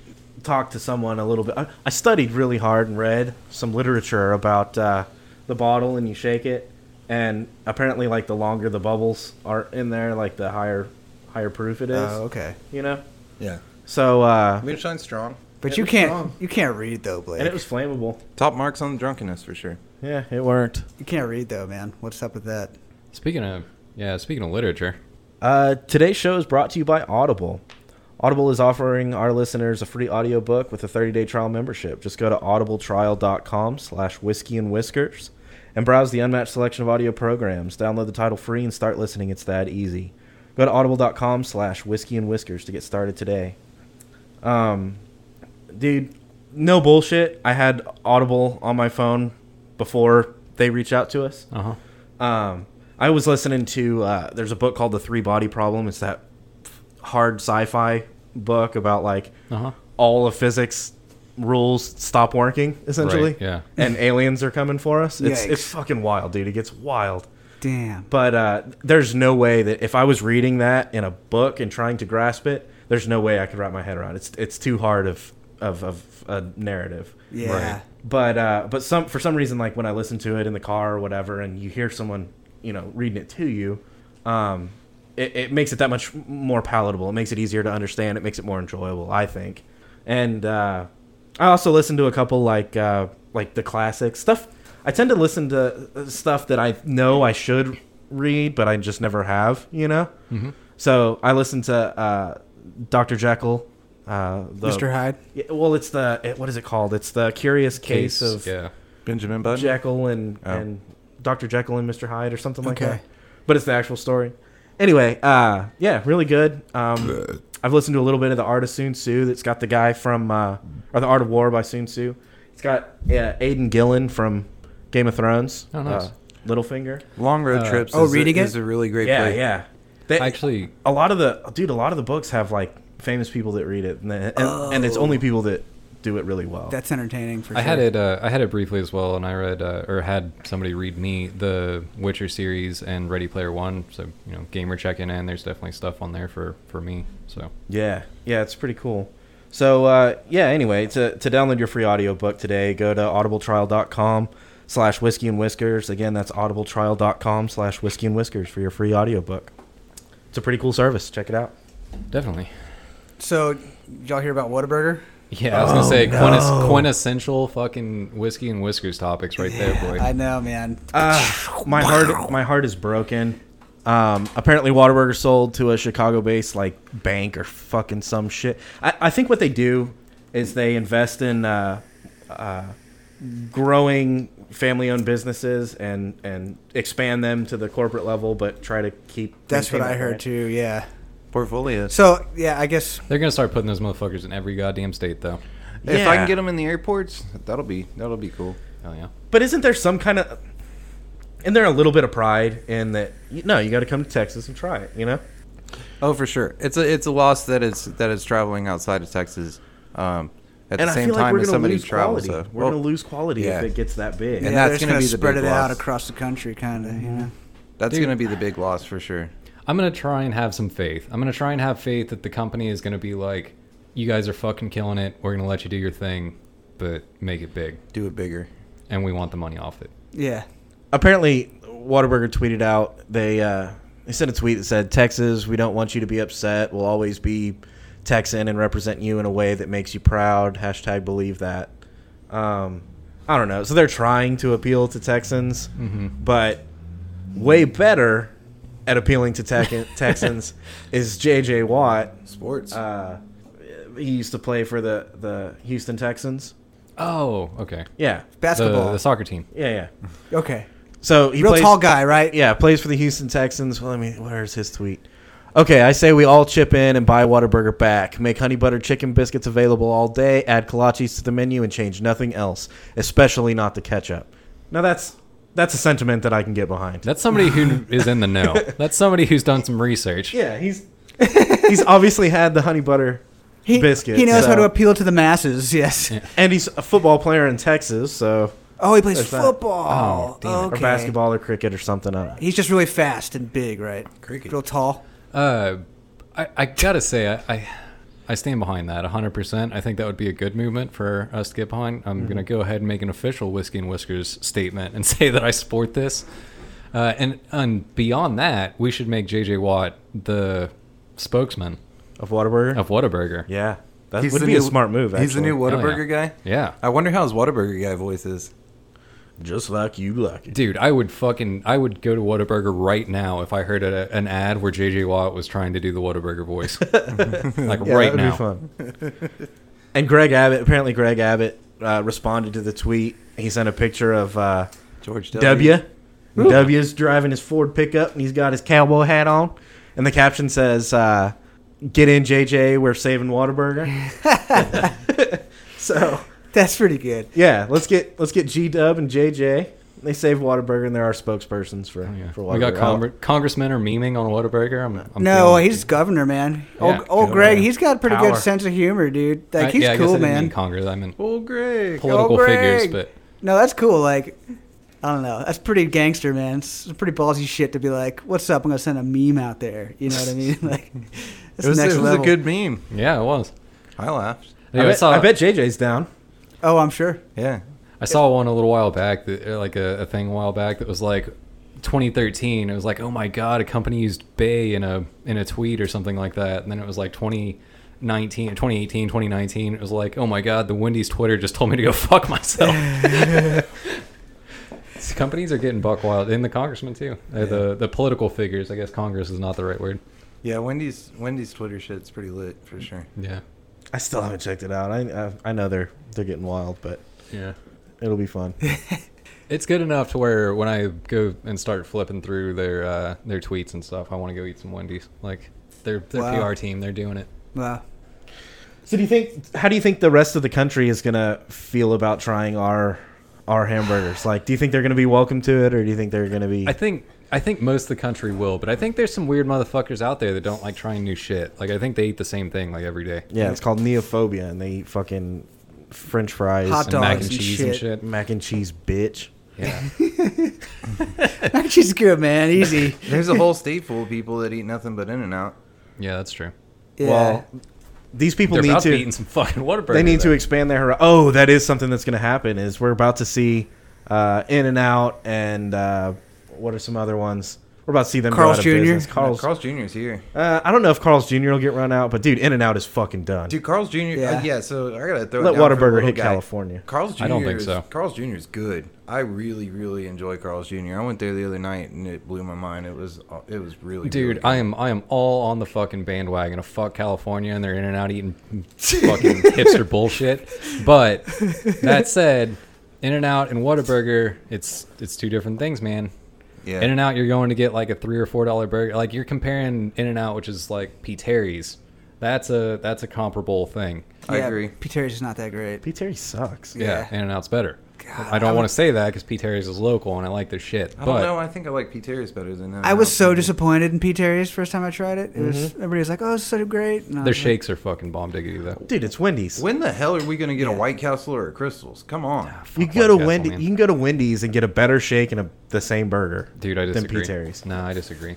[SPEAKER 3] talk to someone a little bit. I, I studied really hard and read some literature about uh, the bottle and you shake it, and apparently, like the longer the bubbles are in there, like the higher higher proof it is.
[SPEAKER 4] Oh, okay.
[SPEAKER 3] You know.
[SPEAKER 2] Yeah.
[SPEAKER 3] So uh,
[SPEAKER 2] Moonshine's strong.
[SPEAKER 4] But
[SPEAKER 3] It
[SPEAKER 4] you
[SPEAKER 3] was
[SPEAKER 4] can't.
[SPEAKER 3] strong.
[SPEAKER 4] You can't read though, Blake.
[SPEAKER 3] and it was flammable.
[SPEAKER 2] Top marks on the drunkenness for sure.
[SPEAKER 3] Yeah, it worked.
[SPEAKER 4] you can't read though, man. What's up with that?
[SPEAKER 1] Speaking of yeah, speaking of literature.
[SPEAKER 3] Uh, today's show is brought to you by Audible. Audible is offering our listeners a free audiobook with a 30-day trial membership. Just go to audibletrial.com slash whiskey and whiskers and browse the unmatched selection of audio programs. Download the title free and start listening. It's that easy. Go to audible.com slash whiskey and whiskers to get started today. Um, dude, no bullshit. I had Audible on my phone before they reached out to us.
[SPEAKER 1] Uh-huh.
[SPEAKER 3] Um, I was listening to uh, there's a book called The Three Body Problem. It's that hard sci-fi book about like
[SPEAKER 1] Uh-huh.
[SPEAKER 3] all of physics rules stop working essentially.
[SPEAKER 1] Right, yeah.
[SPEAKER 3] and aliens are coming for us. It's it's
[SPEAKER 4] Yikes.
[SPEAKER 3] fucking wild, dude. It gets wild.
[SPEAKER 4] Damn.
[SPEAKER 3] But uh, there's no way that if I was reading that in a book and trying to grasp it, there's no way I could wrap my head around it. It's it's too hard of of, of a narrative.
[SPEAKER 4] Yeah. Right.
[SPEAKER 3] But uh, but some for some reason, like when I listen to it in the car or whatever, and you hear someone you know reading it to you, um, it, it makes it that much more palatable. It makes it easier to understand. It makes it more enjoyable, I think. And uh, I also listen to a couple like uh, like the classic stuff. I tend to listen to uh, stuff that I know I should read, but I just never have. You know. Mm-hmm. So I listen to uh, Doctor Jekyll. Uh, the,
[SPEAKER 4] Mr. Hyde.
[SPEAKER 3] yeah, well, it's the it, what is it called? It's the Curious Case, of
[SPEAKER 1] yeah.
[SPEAKER 2] Benjamin Button.
[SPEAKER 3] Jekyll and
[SPEAKER 2] Oh.
[SPEAKER 3] and Doctor Jekyll and Mister Hyde or something like
[SPEAKER 4] Okay.
[SPEAKER 3] that. But it's the actual story. Anyway, uh, yeah, really good. Um, I've listened to a little bit of the Art of Sun Tzu. That's got the guy from uh, or the Art of War by Sun Tzu. It's got uh, Aidan Gillen from Game of Thrones.
[SPEAKER 1] Oh, nice.
[SPEAKER 3] uh, Littlefinger.
[SPEAKER 2] Long road
[SPEAKER 1] Uh,
[SPEAKER 2] trips.
[SPEAKER 4] oh,
[SPEAKER 2] is
[SPEAKER 4] reading
[SPEAKER 2] a,
[SPEAKER 4] it?
[SPEAKER 2] is a really great.
[SPEAKER 3] Yeah,
[SPEAKER 2] play.
[SPEAKER 3] yeah. They,
[SPEAKER 1] Actually,
[SPEAKER 3] a lot of the dude, a lot of the books have like famous people that read it, and, and, and it's
[SPEAKER 2] Oh.
[SPEAKER 3] only people that do it really well.
[SPEAKER 4] That's entertaining for sure.
[SPEAKER 1] I had it. Uh, I had it briefly as well, and I read uh, or had somebody read me the Witcher series and Ready Player One. So you know, gamer checking in. There's definitely stuff on there for for me. So
[SPEAKER 3] Yeah, yeah, it's pretty cool. So uh, yeah, anyway, to, to download your free audiobook today, go to audibletrial.com slash whiskey and whiskers. Again, that's audibletrial.com slash whiskey and whiskers for your free audiobook. It's a pretty cool service. Check it out.
[SPEAKER 1] definitely.
[SPEAKER 4] So, did y'all hear about Whataburger?
[SPEAKER 1] Yeah, I was
[SPEAKER 4] Oh,
[SPEAKER 1] gonna say quintes- quintessential fucking whiskey and whiskers topics right there, boy.
[SPEAKER 4] I know, man.
[SPEAKER 3] Ah, My heart my heart is broken. Um, apparently Waterburger sold to a Chicago based like bank or fucking some shit. I, I think what they do is they invest in uh, uh, growing family owned businesses and and expand them to the corporate level but try to keep
[SPEAKER 4] That's what
[SPEAKER 3] maintain
[SPEAKER 4] I
[SPEAKER 3] it,
[SPEAKER 4] heard
[SPEAKER 3] right?
[SPEAKER 4] too. Yeah.
[SPEAKER 2] Portfolio.
[SPEAKER 4] So, yeah, I guess
[SPEAKER 1] They're gonna start putting those motherfuckers in every goddamn state, though.
[SPEAKER 2] If
[SPEAKER 3] Yeah.
[SPEAKER 2] I can get them in the airports, that'll be that'll be cool.
[SPEAKER 1] Hell yeah.
[SPEAKER 3] But isn't there some kind of and there a little bit of pride in that you, no, you got to come to Texas and try it, you know?
[SPEAKER 2] Oh, for sure. It's a it's a loss that is that is traveling outside of Texas. Um, at
[SPEAKER 3] and
[SPEAKER 2] the
[SPEAKER 3] I
[SPEAKER 2] same
[SPEAKER 3] feel like
[SPEAKER 2] time
[SPEAKER 3] we're going to
[SPEAKER 2] as somebody who
[SPEAKER 3] lose
[SPEAKER 2] travels.
[SPEAKER 3] quality.
[SPEAKER 2] So.
[SPEAKER 3] We're
[SPEAKER 2] Well,
[SPEAKER 3] going to lose quality
[SPEAKER 2] yeah.
[SPEAKER 3] if it gets that big.
[SPEAKER 4] yeah,
[SPEAKER 2] And that's
[SPEAKER 4] they're just
[SPEAKER 2] gonna
[SPEAKER 4] gonna
[SPEAKER 2] be the
[SPEAKER 4] spread
[SPEAKER 2] big Mm-hmm.
[SPEAKER 4] it out
[SPEAKER 2] loss.
[SPEAKER 4] across the country, kind of. You know.
[SPEAKER 2] That's going to be the big loss for sure.
[SPEAKER 1] I'm gonna try and have some faith. I'm gonna try and have faith that the company is gonna be like, you guys are fucking killing it. We're gonna let you do your thing, but make it big,
[SPEAKER 2] Do it bigger.
[SPEAKER 1] and we want the money off it.
[SPEAKER 4] Yeah.
[SPEAKER 3] apparently Waterburger tweeted out they uh, they sent a tweet that said Texas, we don't want you to be upset. We'll always be Texan and represent you in a way that makes you proud. Hashtag believe that. Um, I don't know. So they're trying to appeal to Texans,
[SPEAKER 2] Mm-hmm.
[SPEAKER 3] but way better at appealing to Tex- Texans is JJ Watt.
[SPEAKER 2] Sports.
[SPEAKER 3] Uh, he used to play for the the Houston Texans.
[SPEAKER 1] Oh, okay.
[SPEAKER 3] Yeah,
[SPEAKER 1] The,
[SPEAKER 4] Basketball.
[SPEAKER 1] the soccer team.
[SPEAKER 3] yeah, yeah.
[SPEAKER 4] okay.
[SPEAKER 3] So he
[SPEAKER 4] Real
[SPEAKER 3] plays,
[SPEAKER 4] tall guy, right?
[SPEAKER 3] yeah, plays for the Houston Texans. Well, I mean, where's his tweet? Okay, I say we all chip in and buy Whataburger back. Make honey butter chicken biscuits available all day. Add kolaches to the menu and change nothing else, especially not the ketchup. Now that's that's a sentiment that I can get behind.
[SPEAKER 1] That's somebody who is in the know. That's somebody who's done some research.
[SPEAKER 3] Yeah, he's he's obviously had the honey butter
[SPEAKER 4] He,
[SPEAKER 3] biscuit.
[SPEAKER 4] he knows how
[SPEAKER 3] so-
[SPEAKER 4] to appeal to the masses. Yes.
[SPEAKER 3] and he's a football player in Texas, so
[SPEAKER 4] Oh, he plays
[SPEAKER 3] There's that.
[SPEAKER 4] football.
[SPEAKER 1] Oh, damn it.
[SPEAKER 4] okay.
[SPEAKER 3] or basketball or cricket or something. uh, I don't know.
[SPEAKER 4] He's just really fast and big, right?
[SPEAKER 2] Cricket.
[SPEAKER 4] Real tall.
[SPEAKER 1] Uh, I, I gotta say, I, I, I stand behind that 100%. I think that would be a good movement for us to get behind. I'm gonna
[SPEAKER 3] Mm-hmm.
[SPEAKER 1] go ahead and make an official Whiskey and Whiskers statement and say that I support this. Uh, and and beyond that, we should make JJ Watt the spokesman
[SPEAKER 3] Of Whataburger?
[SPEAKER 1] of Whataburger.
[SPEAKER 3] yeah, that
[SPEAKER 2] He's
[SPEAKER 3] would
[SPEAKER 2] the
[SPEAKER 3] be a
[SPEAKER 2] new-
[SPEAKER 3] smart move.
[SPEAKER 2] He's the
[SPEAKER 3] actually.
[SPEAKER 2] new Whataburger
[SPEAKER 1] yeah.
[SPEAKER 2] guy.
[SPEAKER 1] Yeah.
[SPEAKER 2] I wonder how his Whataburger guy voice is.
[SPEAKER 3] just like you like it.
[SPEAKER 1] Dude, I would fucking I would go to Whataburger right now if I heard a, an ad where JJ Watt was trying to do the Whataburger voice. like right
[SPEAKER 3] that would
[SPEAKER 1] now.
[SPEAKER 3] Be fun. and Greg Abbott, apparently Greg Abbott uh, responded to the tweet. He sent a picture of uh,
[SPEAKER 2] George W.
[SPEAKER 3] W. W's driving his Ford pickup and he's got his cowboy hat on. And the caption says, uh, "Get in, JJ. We're saving Whataburger." so
[SPEAKER 4] That's pretty good.
[SPEAKER 3] yeah, let's get let's get G Dub and JJ. They save Whataburger, and they're our spokespersons for
[SPEAKER 1] Oh, Yeah.
[SPEAKER 3] for
[SPEAKER 1] we got
[SPEAKER 3] Whataburger.
[SPEAKER 1] congr- congressmen are memeing on Whataburger. I'm, I'm
[SPEAKER 4] no,
[SPEAKER 1] feeling it.
[SPEAKER 4] he's governor, man.
[SPEAKER 1] Yeah,
[SPEAKER 4] old old Greg,
[SPEAKER 3] governor.
[SPEAKER 4] he's got a pretty
[SPEAKER 3] Power.
[SPEAKER 4] good sense of humor, dude. Like
[SPEAKER 1] I-
[SPEAKER 4] he's
[SPEAKER 1] yeah, I guess I
[SPEAKER 4] cool,
[SPEAKER 1] didn't mean
[SPEAKER 4] man.
[SPEAKER 1] Congress, I mean
[SPEAKER 2] Oh, great.
[SPEAKER 1] political
[SPEAKER 4] Oh,
[SPEAKER 1] figures,
[SPEAKER 4] Greg.
[SPEAKER 1] but
[SPEAKER 4] No, that's cool. Like, I don't know. That's pretty gangster, man. It's pretty ballsy shit to be like, "What's up? I'm gonna send a meme out there." You know what I mean? Like,
[SPEAKER 2] It
[SPEAKER 4] that's
[SPEAKER 2] was,
[SPEAKER 4] next
[SPEAKER 2] it was a
[SPEAKER 4] level.
[SPEAKER 2] good meme.
[SPEAKER 1] yeah, it was.
[SPEAKER 2] I laughed.
[SPEAKER 3] I,
[SPEAKER 1] Anyway, I,
[SPEAKER 3] bet,
[SPEAKER 1] saw,
[SPEAKER 3] I bet JJ's down.
[SPEAKER 4] Oh, I'm sure.
[SPEAKER 2] Yeah.
[SPEAKER 1] I saw one a little while back, that, uh, like a, a thing a while back that was like 2013. It was like, oh my god, a company used Bay in a in a tweet or something like that, and then it was like 2019, 2018, 2019. It was like, oh my god, the Wendy's Twitter just told me to go fuck myself. Companies are getting buck wild, and the congressmen too. Uh, The the political figures, I guess. Congress is not the right word.
[SPEAKER 2] Yeah, Wendy's Wendy's Twitter shit's pretty lit for sure.
[SPEAKER 1] Yeah,
[SPEAKER 3] I still haven't checked it out. I I, I know they're they're getting wild, but
[SPEAKER 1] yeah.
[SPEAKER 3] it'll be fun.
[SPEAKER 1] It's good enough to where when I go and start flipping through their uh, their tweets and stuff, I want to go eat some Wendy's. Like their their
[SPEAKER 4] Wow.
[SPEAKER 1] PR team, they're doing it.
[SPEAKER 4] Wow.
[SPEAKER 3] So do you think? How do you think the rest of the country is gonna feel about trying our our hamburgers? Like, do you think they're gonna be welcome to it, or do you think they're gonna be?
[SPEAKER 1] I think I think most of the country will, but I think there's some weird motherfuckers out there that don't like trying new shit. Like I think they eat the same thing like every day.
[SPEAKER 3] yeah, it's called neophobia, and they eat fucking French fries,
[SPEAKER 4] Hot
[SPEAKER 1] And
[SPEAKER 4] dogs
[SPEAKER 1] mac and
[SPEAKER 4] and
[SPEAKER 1] cheese and
[SPEAKER 4] shit.
[SPEAKER 1] shit.
[SPEAKER 3] mac and cheese, bitch.
[SPEAKER 1] Yeah.
[SPEAKER 4] She's good, man. Easy.
[SPEAKER 2] There's a whole state full of people that eat nothing but In and Out.
[SPEAKER 1] yeah, that's true.
[SPEAKER 4] Yeah.
[SPEAKER 3] Well, these people
[SPEAKER 1] They're
[SPEAKER 3] need
[SPEAKER 1] about to,
[SPEAKER 3] to.
[SPEAKER 1] be eating some fucking Whataburger.
[SPEAKER 3] they need to
[SPEAKER 1] though.
[SPEAKER 3] expand their hori- oh that is something that's going to happen is we're about to see uh, in and out and uh, what are some other ones we're about to see them
[SPEAKER 4] Carl's
[SPEAKER 3] go out
[SPEAKER 4] Jr.?
[SPEAKER 3] of business
[SPEAKER 4] No,
[SPEAKER 3] carl's,
[SPEAKER 2] Carl's Jr.'s here.
[SPEAKER 3] Uh, i don't know if carl's jr will get run out but dude in and out is fucking done
[SPEAKER 2] Dude, Carl's Jr. Yeah,
[SPEAKER 4] Yeah.
[SPEAKER 2] yeah so I gotta throw it
[SPEAKER 3] let
[SPEAKER 2] down for the
[SPEAKER 3] Whataburger
[SPEAKER 2] little
[SPEAKER 3] hit
[SPEAKER 2] guy.
[SPEAKER 3] california
[SPEAKER 2] Carl's Jr.
[SPEAKER 1] I don't think
[SPEAKER 2] is-
[SPEAKER 1] so.
[SPEAKER 2] Carl's Jr. is good. I really, really enjoy Carl's Jr. I went there the other night and it blew my mind. It was, uh, it was really, really
[SPEAKER 1] Dude,
[SPEAKER 2] good.
[SPEAKER 1] I am I am all on the fucking bandwagon of fuck California and they're in and out eating fucking hipster bullshit. But that said, In and Out and Whataburger, it's it's two different things, man.
[SPEAKER 2] yeah.
[SPEAKER 1] In and Out, you're going to get like a three or four dollar burger. Like you're comparing In and Out, which is like P. Terry's. That's a that's a comparable thing.
[SPEAKER 2] I agree.
[SPEAKER 4] P. Terry's is not that great.
[SPEAKER 3] pete terry sucks
[SPEAKER 1] Yeah, In and Out's better.
[SPEAKER 4] God,
[SPEAKER 1] I don't
[SPEAKER 4] I
[SPEAKER 1] want
[SPEAKER 4] would-
[SPEAKER 1] to say that because P. Terry's is local and I like their shit.
[SPEAKER 2] I
[SPEAKER 1] but
[SPEAKER 2] don't know. I think I like Peterius better than him.
[SPEAKER 4] I was so disappointed in P. Terry's first time I tried it. It was
[SPEAKER 2] Mm-hmm.
[SPEAKER 4] everybody was like, "Oh, it's so great." And I
[SPEAKER 1] their
[SPEAKER 4] was like,
[SPEAKER 1] shakes are fucking bomb diggity though.
[SPEAKER 3] dude it's wendy's
[SPEAKER 2] When the hell are we gonna get a White Castle or a Crystals? Come on.
[SPEAKER 3] you
[SPEAKER 1] Fuck
[SPEAKER 3] can go
[SPEAKER 1] White
[SPEAKER 3] to
[SPEAKER 1] Castle,
[SPEAKER 3] wendy
[SPEAKER 1] man.
[SPEAKER 3] you can go to wendy's and get a better shake and a, the same burger
[SPEAKER 1] Dude, I
[SPEAKER 3] than
[SPEAKER 1] disagree.
[SPEAKER 3] pete terry's
[SPEAKER 1] No, I disagree.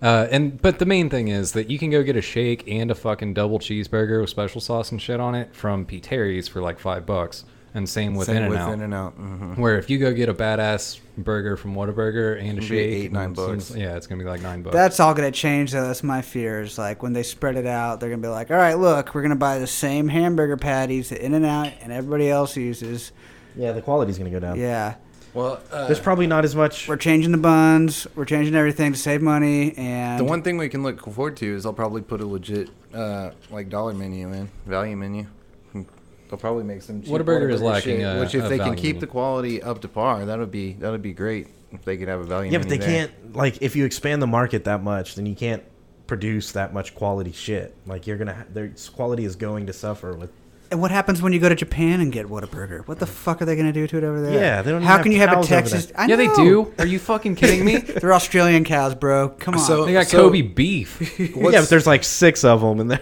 [SPEAKER 1] Uh, and but the main thing is that you can go get a shake and a fucking double cheeseburger with special sauce and shit on it from P. Terry's for like five bucks, and same with
[SPEAKER 2] Same
[SPEAKER 1] In
[SPEAKER 2] with
[SPEAKER 1] and Out.
[SPEAKER 2] and out. hmm
[SPEAKER 1] Where if you go get a badass burger from Whataburger and a
[SPEAKER 2] It's gonna be
[SPEAKER 1] shake,
[SPEAKER 2] eight,
[SPEAKER 1] and
[SPEAKER 2] nine
[SPEAKER 1] some-
[SPEAKER 2] bucks.
[SPEAKER 1] Yeah, it's gonna be like nine bucks.
[SPEAKER 4] That's all gonna change though. That's my fear. Is like when they spread it out, they're gonna be like, "All right, look, we're gonna buy the same hamburger patties that In and Out and everybody else uses."
[SPEAKER 3] yeah the quality's going to go down
[SPEAKER 4] Yeah,
[SPEAKER 2] Well, uh,
[SPEAKER 3] there's probably not as much
[SPEAKER 4] we're changing the buns, we're changing everything to save money, and
[SPEAKER 2] the one thing we can look forward to is I'll probably put a legit uh, like dollar menu in value menu. They'll probably make some. cheap
[SPEAKER 1] Whataburger is
[SPEAKER 2] Whataburger
[SPEAKER 1] lacking
[SPEAKER 2] shit,
[SPEAKER 1] a-
[SPEAKER 2] which if
[SPEAKER 1] a
[SPEAKER 2] they can
[SPEAKER 1] value
[SPEAKER 2] keep
[SPEAKER 1] menu.
[SPEAKER 2] the quality up to par, that would be that would be great if they could have a value.
[SPEAKER 3] Yeah,
[SPEAKER 2] menu
[SPEAKER 3] but they
[SPEAKER 2] there.
[SPEAKER 3] can't like if you expand the market that much, then you can't produce that much quality shit. Like you're gonna ha- their quality is going to suffer with.
[SPEAKER 4] And what happens when you go to Japan and get Whataburger? What the fuck are they going to do to it over there?
[SPEAKER 3] Yeah, they don't even
[SPEAKER 4] How
[SPEAKER 3] have
[SPEAKER 4] can you have a
[SPEAKER 3] cows over
[SPEAKER 4] Texas?
[SPEAKER 3] there.
[SPEAKER 4] I
[SPEAKER 1] yeah, they
[SPEAKER 4] know.
[SPEAKER 1] do. Are you fucking kidding me?
[SPEAKER 4] They're Australian cows, bro. Come on.
[SPEAKER 2] So-
[SPEAKER 1] they got
[SPEAKER 2] So-
[SPEAKER 1] Kobe beef,
[SPEAKER 3] yeah, but there's like six of them, and they're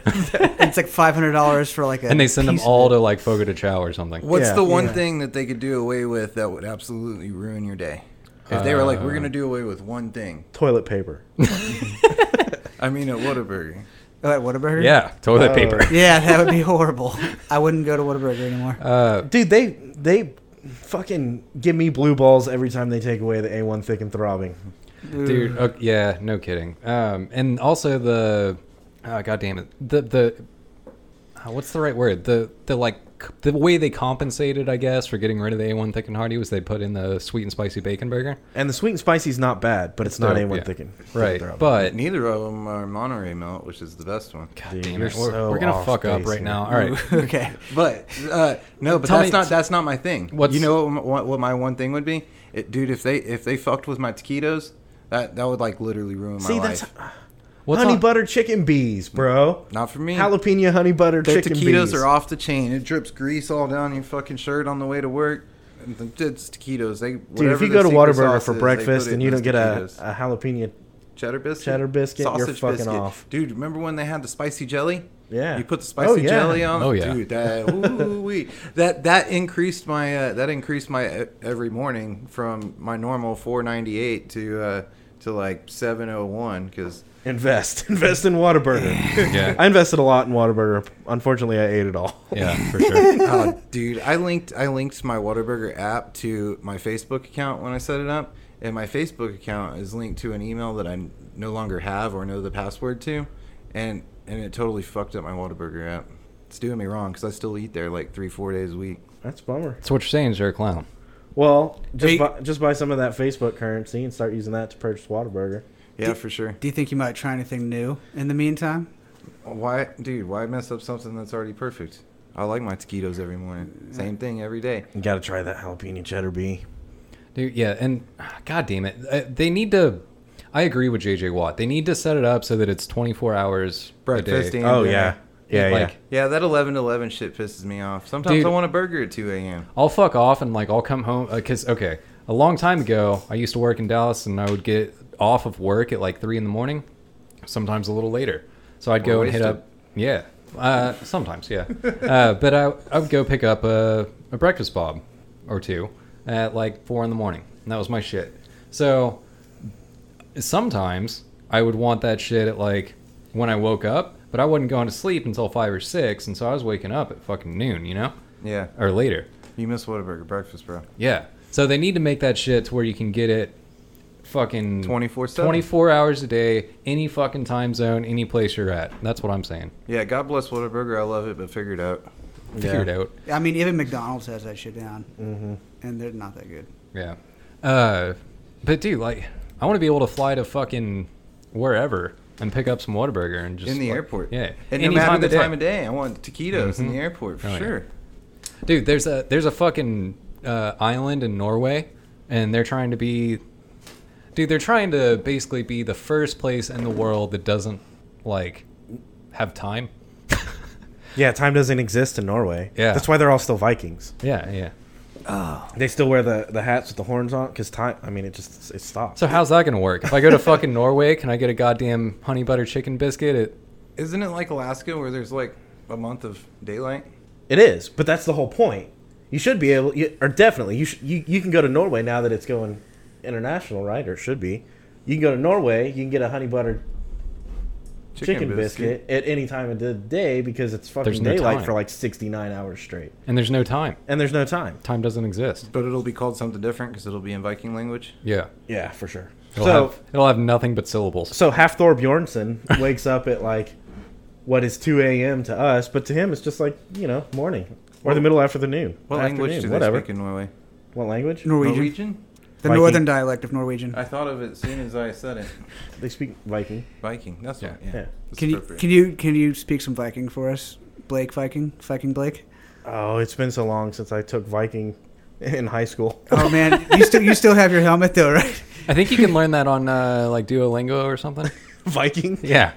[SPEAKER 4] it's like five hundred dollars for like a.
[SPEAKER 1] and they send them
[SPEAKER 4] piece of
[SPEAKER 1] all
[SPEAKER 4] it.
[SPEAKER 1] to like Fogo de Chao or something.
[SPEAKER 2] What's
[SPEAKER 3] Yeah.
[SPEAKER 2] the one
[SPEAKER 3] Yeah.
[SPEAKER 2] thing that they could do away with that would absolutely ruin your day? If they were like,
[SPEAKER 1] Uh,
[SPEAKER 2] we're gonna do away with one thing.
[SPEAKER 3] toilet paper.
[SPEAKER 2] I mean, at Whataburger.
[SPEAKER 4] Oh, at Whataburger.
[SPEAKER 1] Yeah, toilet
[SPEAKER 3] Oh.
[SPEAKER 1] paper.
[SPEAKER 4] Yeah, that would be horrible. I wouldn't go to Whataburger anymore.
[SPEAKER 1] Uh,
[SPEAKER 3] Dude, they they fucking give me blue balls every time they take away the A1 thick and throbbing.
[SPEAKER 1] dude. ok- yeah, no kidding. Um, and also the, oh, god damn it, the the, uh, what's the right word? The the like c- the way they compensated, I guess, for getting rid of the A1 Thick and Hearty was they put in the sweet and spicy bacon burger.
[SPEAKER 3] And the sweet and spicy's not bad, but it's, not
[SPEAKER 1] dope,
[SPEAKER 3] A1
[SPEAKER 1] yeah.
[SPEAKER 3] thick and thick and
[SPEAKER 1] Right,
[SPEAKER 3] throbbing.
[SPEAKER 1] but
[SPEAKER 2] Neither of them are Monterey Melt, which is the best one.
[SPEAKER 1] god
[SPEAKER 3] Dude,
[SPEAKER 1] damn
[SPEAKER 3] you're
[SPEAKER 1] it, we're,
[SPEAKER 3] so
[SPEAKER 1] we're gonna
[SPEAKER 3] off
[SPEAKER 1] fuck up
[SPEAKER 3] base
[SPEAKER 1] right
[SPEAKER 3] here.
[SPEAKER 1] now. All right,
[SPEAKER 4] okay.
[SPEAKER 2] But uh, no, but
[SPEAKER 1] Tell
[SPEAKER 2] that's
[SPEAKER 1] me-
[SPEAKER 2] not that's not my thing.
[SPEAKER 1] What's-
[SPEAKER 2] you know what, my- what, what my one thing would be, it, dude? If they if they fucked with my taquitos, that that would like literally ruin my
[SPEAKER 3] see
[SPEAKER 2] life.
[SPEAKER 3] that's
[SPEAKER 1] what's
[SPEAKER 3] honey
[SPEAKER 1] on-
[SPEAKER 3] butter chicken bees, bro.
[SPEAKER 2] Not for me.
[SPEAKER 3] Jalapeno honey butter
[SPEAKER 2] Their
[SPEAKER 3] chicken
[SPEAKER 2] taquitos
[SPEAKER 3] bees.
[SPEAKER 2] are off the chain. It drips grease all down your fucking shirt on the way to work. It's taquitos. They
[SPEAKER 3] Dude, if
[SPEAKER 2] whatever
[SPEAKER 3] you
[SPEAKER 2] the
[SPEAKER 3] go to
[SPEAKER 2] secret
[SPEAKER 3] Whataburger
[SPEAKER 2] sauce
[SPEAKER 3] for
[SPEAKER 2] is, they put
[SPEAKER 3] breakfast
[SPEAKER 2] it in
[SPEAKER 3] and you
[SPEAKER 2] those
[SPEAKER 3] don't get a,
[SPEAKER 2] taquitos.
[SPEAKER 3] a jalapeno,
[SPEAKER 2] cheddar biscuit,
[SPEAKER 3] cheddar biscuit, you're fucking
[SPEAKER 2] biscuit.
[SPEAKER 3] off.
[SPEAKER 2] dude. Remember when they had the spicy jelly?
[SPEAKER 3] Yeah.
[SPEAKER 2] you put the
[SPEAKER 3] Oh,
[SPEAKER 2] spicy
[SPEAKER 3] yeah.
[SPEAKER 2] jelly on.
[SPEAKER 1] Oh, yeah.
[SPEAKER 2] dude, that ooh-wee. that that increased my uh, that increased my uh, every morning from my normal 498 to uh, to like 701 because
[SPEAKER 3] invest, invest in Whataburger.
[SPEAKER 1] Yeah.
[SPEAKER 3] I invested a lot in Whataburger. Unfortunately, I ate it all.
[SPEAKER 1] yeah, for sure.
[SPEAKER 2] oh, dude, I linked I linked my Whataburger app to my Facebook account when I set it up, and my Facebook account is linked to an email that I n- no longer have or know the password to, and and it totally fucked up my Whataburger app. It's doing me wrong because I still eat there like three four days a week.
[SPEAKER 3] That's a bummer.
[SPEAKER 1] That's what you're saying is you're a clown.
[SPEAKER 3] Well, just
[SPEAKER 4] Hey-
[SPEAKER 3] buy, just buy some of that Facebook currency and start using that to purchase Whataburger.
[SPEAKER 2] Yeah, for sure.
[SPEAKER 4] Do you think you might try anything new in the meantime?
[SPEAKER 2] Why, dude? Why mess up something that's already perfect? I like my taquitos every morning. Same thing every day.
[SPEAKER 3] You got to try that jalapeno cheddar B.
[SPEAKER 1] Dude, yeah, and ah, god damn it, Uh, they need to. I agree with JJ Watt. They need to set it up so that it's 24 hours
[SPEAKER 2] Breakfast
[SPEAKER 1] A day.
[SPEAKER 2] and
[SPEAKER 3] Oh
[SPEAKER 2] dinner.
[SPEAKER 3] yeah, yeah, yeah.
[SPEAKER 1] like,
[SPEAKER 2] Yeah, that 11 to 11 shit pisses me off. Sometimes
[SPEAKER 1] Dude.
[SPEAKER 2] I want a burger at 2 a.m.
[SPEAKER 1] I'll fuck off and like I'll come home because okay, a long time ago I used to work in Dallas and I would get off of work at like three in the morning, sometimes a little later. So I'd go
[SPEAKER 2] Or
[SPEAKER 1] and hit
[SPEAKER 2] wasted.
[SPEAKER 1] up, yeah, uh, sometimes yeah, uh, but I I would go pick up a, a breakfast bob or two at like four in the morning. And that was my shit. So sometimes I would want that shit at like when I woke up, but I wasn't going to sleep until five or six, and so I was waking up at fucking noon, you know,
[SPEAKER 2] Yeah.
[SPEAKER 1] or later.
[SPEAKER 2] You miss Whataburger breakfast, bro.
[SPEAKER 1] Yeah. So they need to make that shit to where you can get it fucking
[SPEAKER 2] 24/7.
[SPEAKER 1] 24 hours a day, any fucking time zone, any place you're at. That's what I'm saying.
[SPEAKER 2] Yeah, God bless Whataburger. I love it, but figure it out.
[SPEAKER 1] Figure it out.
[SPEAKER 4] I mean, even McDonald's has that shit down, mm-hmm. and they're not that good.
[SPEAKER 1] Yeah. Uh, but dude, like, I want to be able to fly to fucking wherever and pick up some Whataburger and just
[SPEAKER 2] In the
[SPEAKER 1] like-
[SPEAKER 2] airport.
[SPEAKER 1] Yeah.
[SPEAKER 2] And
[SPEAKER 1] Any
[SPEAKER 2] no matter
[SPEAKER 1] time
[SPEAKER 2] the
[SPEAKER 1] of day.
[SPEAKER 2] time of day, I want taquitos in the airport for
[SPEAKER 1] Oh, yeah.
[SPEAKER 2] sure.
[SPEAKER 1] Dude, there's a there's a fucking uh, island in Norway, and they're trying to be, dude, they're trying to basically be the first place in the world that doesn't like have time.
[SPEAKER 3] Yeah, time doesn't exist in Norway.
[SPEAKER 1] Yeah.
[SPEAKER 3] that's why they're all still Vikings.
[SPEAKER 1] Yeah, yeah.
[SPEAKER 3] They still wear the, the hats with the horns on because time. I mean, it just it stops.
[SPEAKER 1] So how's that gonna work? If I go to fucking Norway, can I get a goddamn honey butter chicken biscuit? It,
[SPEAKER 2] Isn't it like Alaska where there's like a month of daylight?
[SPEAKER 3] It is, but that's the whole point. You should be able, you, or definitely, you, should, you you can go to Norway now that it's going international, right? Or it should be. You can go to Norway. You can get a honey butter chicken, biscuit. at any time of the day because it's
[SPEAKER 1] There's
[SPEAKER 3] fucking
[SPEAKER 1] no
[SPEAKER 3] daylight
[SPEAKER 1] time.
[SPEAKER 3] for like sixty nine hours straight,
[SPEAKER 1] and there's no time.
[SPEAKER 3] and there's no time.
[SPEAKER 1] Time doesn't exist.
[SPEAKER 2] But it'll be called something different because it'll be in Viking language.
[SPEAKER 1] Yeah.
[SPEAKER 3] Yeah, for sure.
[SPEAKER 1] It'll
[SPEAKER 3] so
[SPEAKER 1] have it'll have nothing but syllables.
[SPEAKER 3] so half Thor Bjornsson wakes up at like what is two a.m. to us, but to him it's just like you know morning or the middle afternoon.
[SPEAKER 2] What
[SPEAKER 3] afternoon,
[SPEAKER 2] language do they
[SPEAKER 3] whatever.
[SPEAKER 2] speak in Norway?
[SPEAKER 3] What language?
[SPEAKER 4] Norwegian,
[SPEAKER 2] Norwegian?
[SPEAKER 4] the
[SPEAKER 3] Viking.
[SPEAKER 4] northern dialect of Norwegian.
[SPEAKER 2] I thought of it as soon as I said it.
[SPEAKER 3] They speak Viking.
[SPEAKER 2] Viking. That's
[SPEAKER 1] Yeah.
[SPEAKER 2] right. Yeah.
[SPEAKER 3] Yeah.
[SPEAKER 2] That's
[SPEAKER 4] Can you
[SPEAKER 2] appropriate.
[SPEAKER 4] can you can you speak some Viking for us, Blake Viking, Viking Blake?
[SPEAKER 3] Oh, it's been so long since I took Viking in high school.
[SPEAKER 4] Oh man, you still you still have your helmet though, right?
[SPEAKER 1] I think you can learn that on uh, like Duolingo or something.
[SPEAKER 3] Viking.
[SPEAKER 1] Yeah.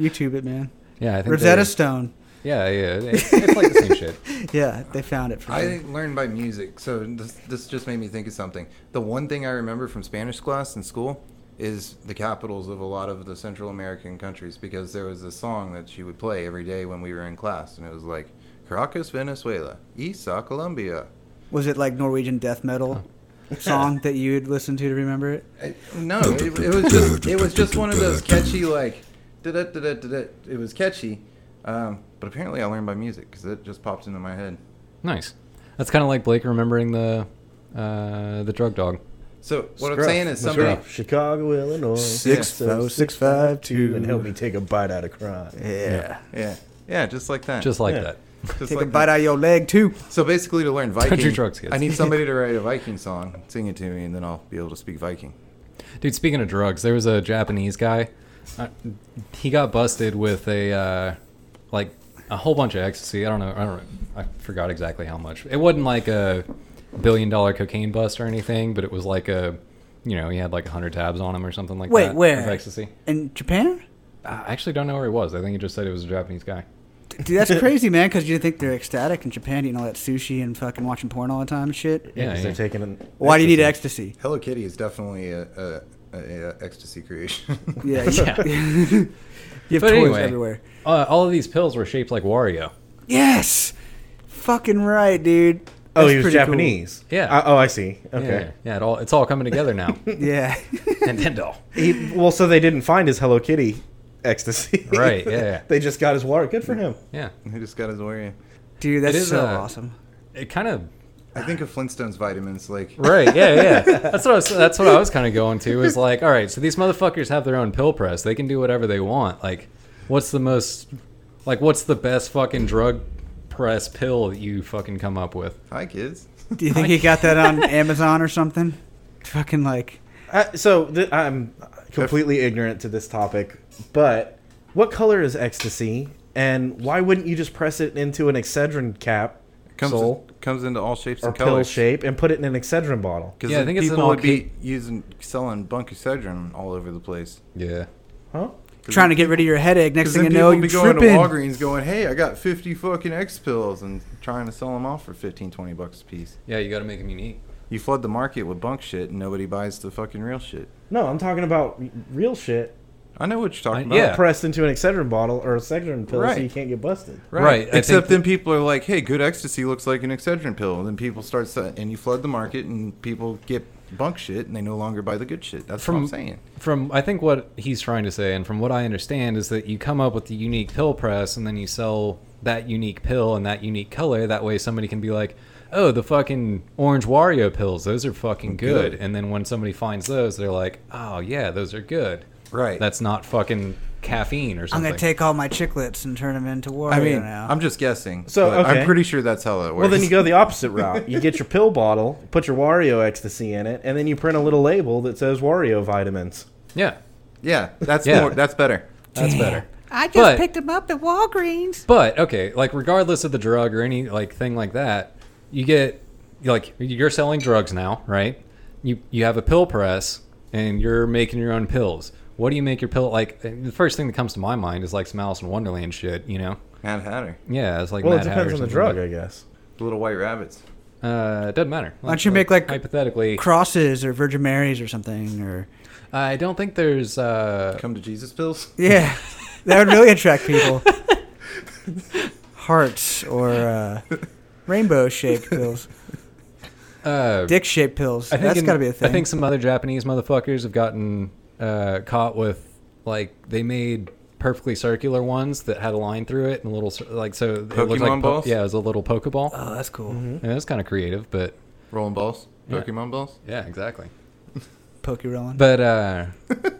[SPEAKER 4] YouTube it, man.
[SPEAKER 1] Yeah, I think
[SPEAKER 4] Rosetta
[SPEAKER 1] they-
[SPEAKER 4] Stone.
[SPEAKER 1] Yeah, yeah, it's, it's like the same shit.
[SPEAKER 4] Yeah, they found it for
[SPEAKER 2] I
[SPEAKER 4] me.
[SPEAKER 2] learned by music, so this, this just made me think of something. The one thing I remember from Spanish class in school is the capitals of a lot of the Central American countries because there was a song that she would play every day when we were in class, and it was like Caracas, Venezuela, Isa, Colombia.
[SPEAKER 4] Was it like Norwegian death metal song that you'd listen to to remember it?
[SPEAKER 2] I, no, it, it was just it was just one of those catchy like, da-da, da-da, da-da. it was catchy, um, but apparently I learned by music because it just popped into my head.
[SPEAKER 1] Nice. That's kind of like Blake remembering the uh, the drug dog.
[SPEAKER 2] So what I'm
[SPEAKER 3] Scruff.
[SPEAKER 2] saying is
[SPEAKER 3] Scruff.
[SPEAKER 2] somebody.
[SPEAKER 3] Chicago, Illinois.
[SPEAKER 4] Six
[SPEAKER 3] Yeah.
[SPEAKER 4] foe, six five two.
[SPEAKER 3] And help me take a bite out of crime.
[SPEAKER 4] Yeah.
[SPEAKER 2] Yeah, yeah, just like that.
[SPEAKER 1] Just like
[SPEAKER 3] Yeah.
[SPEAKER 1] that.
[SPEAKER 2] Just
[SPEAKER 4] Take a
[SPEAKER 2] like that.
[SPEAKER 4] bite out of your leg too.
[SPEAKER 2] So basically, to learn Viking,
[SPEAKER 1] Don't do drugs, kids.
[SPEAKER 2] I need somebody to write a Viking song, sing it to me, and then I'll be able to speak Viking.
[SPEAKER 1] Dude, speaking of drugs, there was a Japanese guy. Uh, he got busted with a uh, like a whole bunch of ecstasy. I don't know. I don't. I forgot exactly how much. It wasn't like a billion dollar cocaine bust or anything, but it was like a, you know, he had like hundred tabs on him or something like
[SPEAKER 4] Wait,
[SPEAKER 1] that.
[SPEAKER 4] where?
[SPEAKER 1] Of ecstasy.
[SPEAKER 4] In Japan?
[SPEAKER 1] I actually don't know where he was. I think he just said it was a Japanese guy.
[SPEAKER 4] Dude, that's crazy, man. Because you think they're ecstatic in Japan eating all that sushi and fucking watching porn all the time and shit.
[SPEAKER 1] Yeah,
[SPEAKER 3] 'cause
[SPEAKER 1] yeah.
[SPEAKER 3] they're taking. An
[SPEAKER 4] Why do you need ecstasy?
[SPEAKER 2] Hello Kitty is definitely a, a, a, a ecstasy creation.
[SPEAKER 4] Yeah, yeah. you have
[SPEAKER 1] But
[SPEAKER 4] toys
[SPEAKER 1] anyway.
[SPEAKER 4] everywhere.
[SPEAKER 1] Uh, all of these pills were shaped like Wario.
[SPEAKER 4] Yes, fucking right, dude.
[SPEAKER 3] Oh,
[SPEAKER 4] That's
[SPEAKER 3] he was
[SPEAKER 4] pretty cool.
[SPEAKER 3] Japanese.
[SPEAKER 1] Yeah.
[SPEAKER 3] I- oh, I see. Okay.
[SPEAKER 1] Yeah, yeah, it all it's all coming together now.
[SPEAKER 4] Yeah,
[SPEAKER 1] Nintendo.
[SPEAKER 3] He, well, so they didn't find his Hello Kitty ecstasy.
[SPEAKER 1] Right, yeah, yeah.
[SPEAKER 3] they just got his water. Good for him.
[SPEAKER 1] Yeah,
[SPEAKER 2] He just got his Wario.
[SPEAKER 4] dude, that's
[SPEAKER 1] It is,
[SPEAKER 4] so
[SPEAKER 1] uh,
[SPEAKER 4] awesome.
[SPEAKER 1] it kind of
[SPEAKER 2] I think of Flintstones vitamins. Like
[SPEAKER 1] right. Yeah, yeah. That's what I was, that's what I was kind of going to. Is like, all right, so these motherfuckers have their own pill press. They can do whatever they want. Like, what's the most like what's the best fucking drug press pill that you fucking come up with?
[SPEAKER 2] hi kids.
[SPEAKER 4] Do you think he got that on Amazon or something? Fucking like,
[SPEAKER 3] Uh, so th- I'm completely ignorant to this topic, but what color is ecstasy, and why wouldn't you just press it into an Excedrin cap
[SPEAKER 2] Comes
[SPEAKER 3] Soul.
[SPEAKER 2] comes into all shapes
[SPEAKER 3] or
[SPEAKER 2] and
[SPEAKER 3] pill
[SPEAKER 2] colors.
[SPEAKER 3] shape and put it in an Excedrin bottle?
[SPEAKER 2] Because
[SPEAKER 1] Yeah, I
[SPEAKER 2] yeah,
[SPEAKER 1] think it's an
[SPEAKER 2] people would
[SPEAKER 1] all-ca-
[SPEAKER 2] be using selling Bunkusedrin all over the place.
[SPEAKER 1] Yeah.
[SPEAKER 3] Huh?
[SPEAKER 4] trying to get rid of your headache. Next thing
[SPEAKER 2] Because then
[SPEAKER 4] you know,
[SPEAKER 2] people would
[SPEAKER 4] you're
[SPEAKER 2] be going
[SPEAKER 4] tripping.
[SPEAKER 2] to Walgreens, going, "Hey, I got 50 fucking X pills," and trying to sell them off for 15, 20 bucks a piece.
[SPEAKER 1] Yeah, you got to make them unique.
[SPEAKER 2] You flood the market with bunk shit, and nobody buys the fucking real shit.
[SPEAKER 3] No, I'm talking about r- real shit
[SPEAKER 2] I know what you're
[SPEAKER 1] I-
[SPEAKER 2] talking about.
[SPEAKER 1] yeah.
[SPEAKER 3] pressed into an Excedrin bottle or Excedrin pill, so
[SPEAKER 2] Right.
[SPEAKER 3] you can't get busted.
[SPEAKER 1] Right. Right, I think-
[SPEAKER 2] Except then people are like, "Hey, good ecstasy looks like an Excedrin pill." And then people start se- and you flood the market, and people get bunk shit, and they no longer buy the good shit. That's what
[SPEAKER 1] From-
[SPEAKER 2] I'm saying.
[SPEAKER 1] From I think what he's trying to say, and from what I understand, is that you come up with the unique pill press, and then you sell that unique pill and that unique color. That way, somebody can be like, "Oh, the fucking orange Wario pills; those are fucking good." And then when somebody finds those, they're like, "Oh yeah, those are good."
[SPEAKER 2] Right.
[SPEAKER 1] That's not fucking caffeine or
[SPEAKER 4] I'm
[SPEAKER 1] something.
[SPEAKER 4] gonna take all my chiclets and turn them into Wario
[SPEAKER 2] I mean,
[SPEAKER 4] now.
[SPEAKER 2] I'm just guessing.
[SPEAKER 3] So,
[SPEAKER 2] So
[SPEAKER 3] okay.
[SPEAKER 2] I'm pretty sure that's how that works.
[SPEAKER 3] Well, then you go the opposite route. You get your pill bottle, put your Wario ecstasy in it, and then you print a little label that says Wario vitamins.
[SPEAKER 1] yeah,
[SPEAKER 2] Yeah, that's
[SPEAKER 1] Yeah.
[SPEAKER 2] more. That's better.
[SPEAKER 1] that's better.
[SPEAKER 4] I just
[SPEAKER 1] but-
[SPEAKER 4] picked them up at Walgreens.
[SPEAKER 1] But okay, like regardless of the drug or any like thing like that, you get like you're selling drugs now, right? You you have a pill press and you're making your own pills. What do you make your pill like? The first thing that comes to my mind is like some Alice in Wonderland shit, you know?
[SPEAKER 2] Mad Hatter,
[SPEAKER 1] Yeah, it's like
[SPEAKER 3] Well,
[SPEAKER 1] Mad
[SPEAKER 3] it
[SPEAKER 1] Hatter
[SPEAKER 3] depends
[SPEAKER 1] or
[SPEAKER 3] on the
[SPEAKER 1] something
[SPEAKER 3] drug,
[SPEAKER 1] like-
[SPEAKER 3] I guess.
[SPEAKER 2] the little white rabbits.
[SPEAKER 1] Uh, it doesn't matter.
[SPEAKER 4] Why don't you make, like,
[SPEAKER 1] hypothetically?
[SPEAKER 4] Crosses or Virgin Marys or something or
[SPEAKER 1] I don't think there's uh,
[SPEAKER 2] Come to Jesus pills.
[SPEAKER 4] yeah, that would really attract people. Hearts or uh, rainbow shaped pills,
[SPEAKER 1] uh,
[SPEAKER 4] dick shaped pills.
[SPEAKER 1] I think
[SPEAKER 4] That's
[SPEAKER 1] in-
[SPEAKER 4] got to be a thing.
[SPEAKER 1] I think some other Japanese motherfuckers have gotten uh, caught with like they made perfectly circular ones that had a line through it and a little cir- like so it looked like
[SPEAKER 2] Pokemon balls?
[SPEAKER 1] yeah, it was a little pokeball.
[SPEAKER 4] Oh, that's cool.
[SPEAKER 1] yeah, that's kind of creative, but
[SPEAKER 2] Rolling balls.
[SPEAKER 1] Yeah.
[SPEAKER 2] Pokemon balls.
[SPEAKER 1] yeah, exactly.
[SPEAKER 4] Poke rolling,
[SPEAKER 1] But uh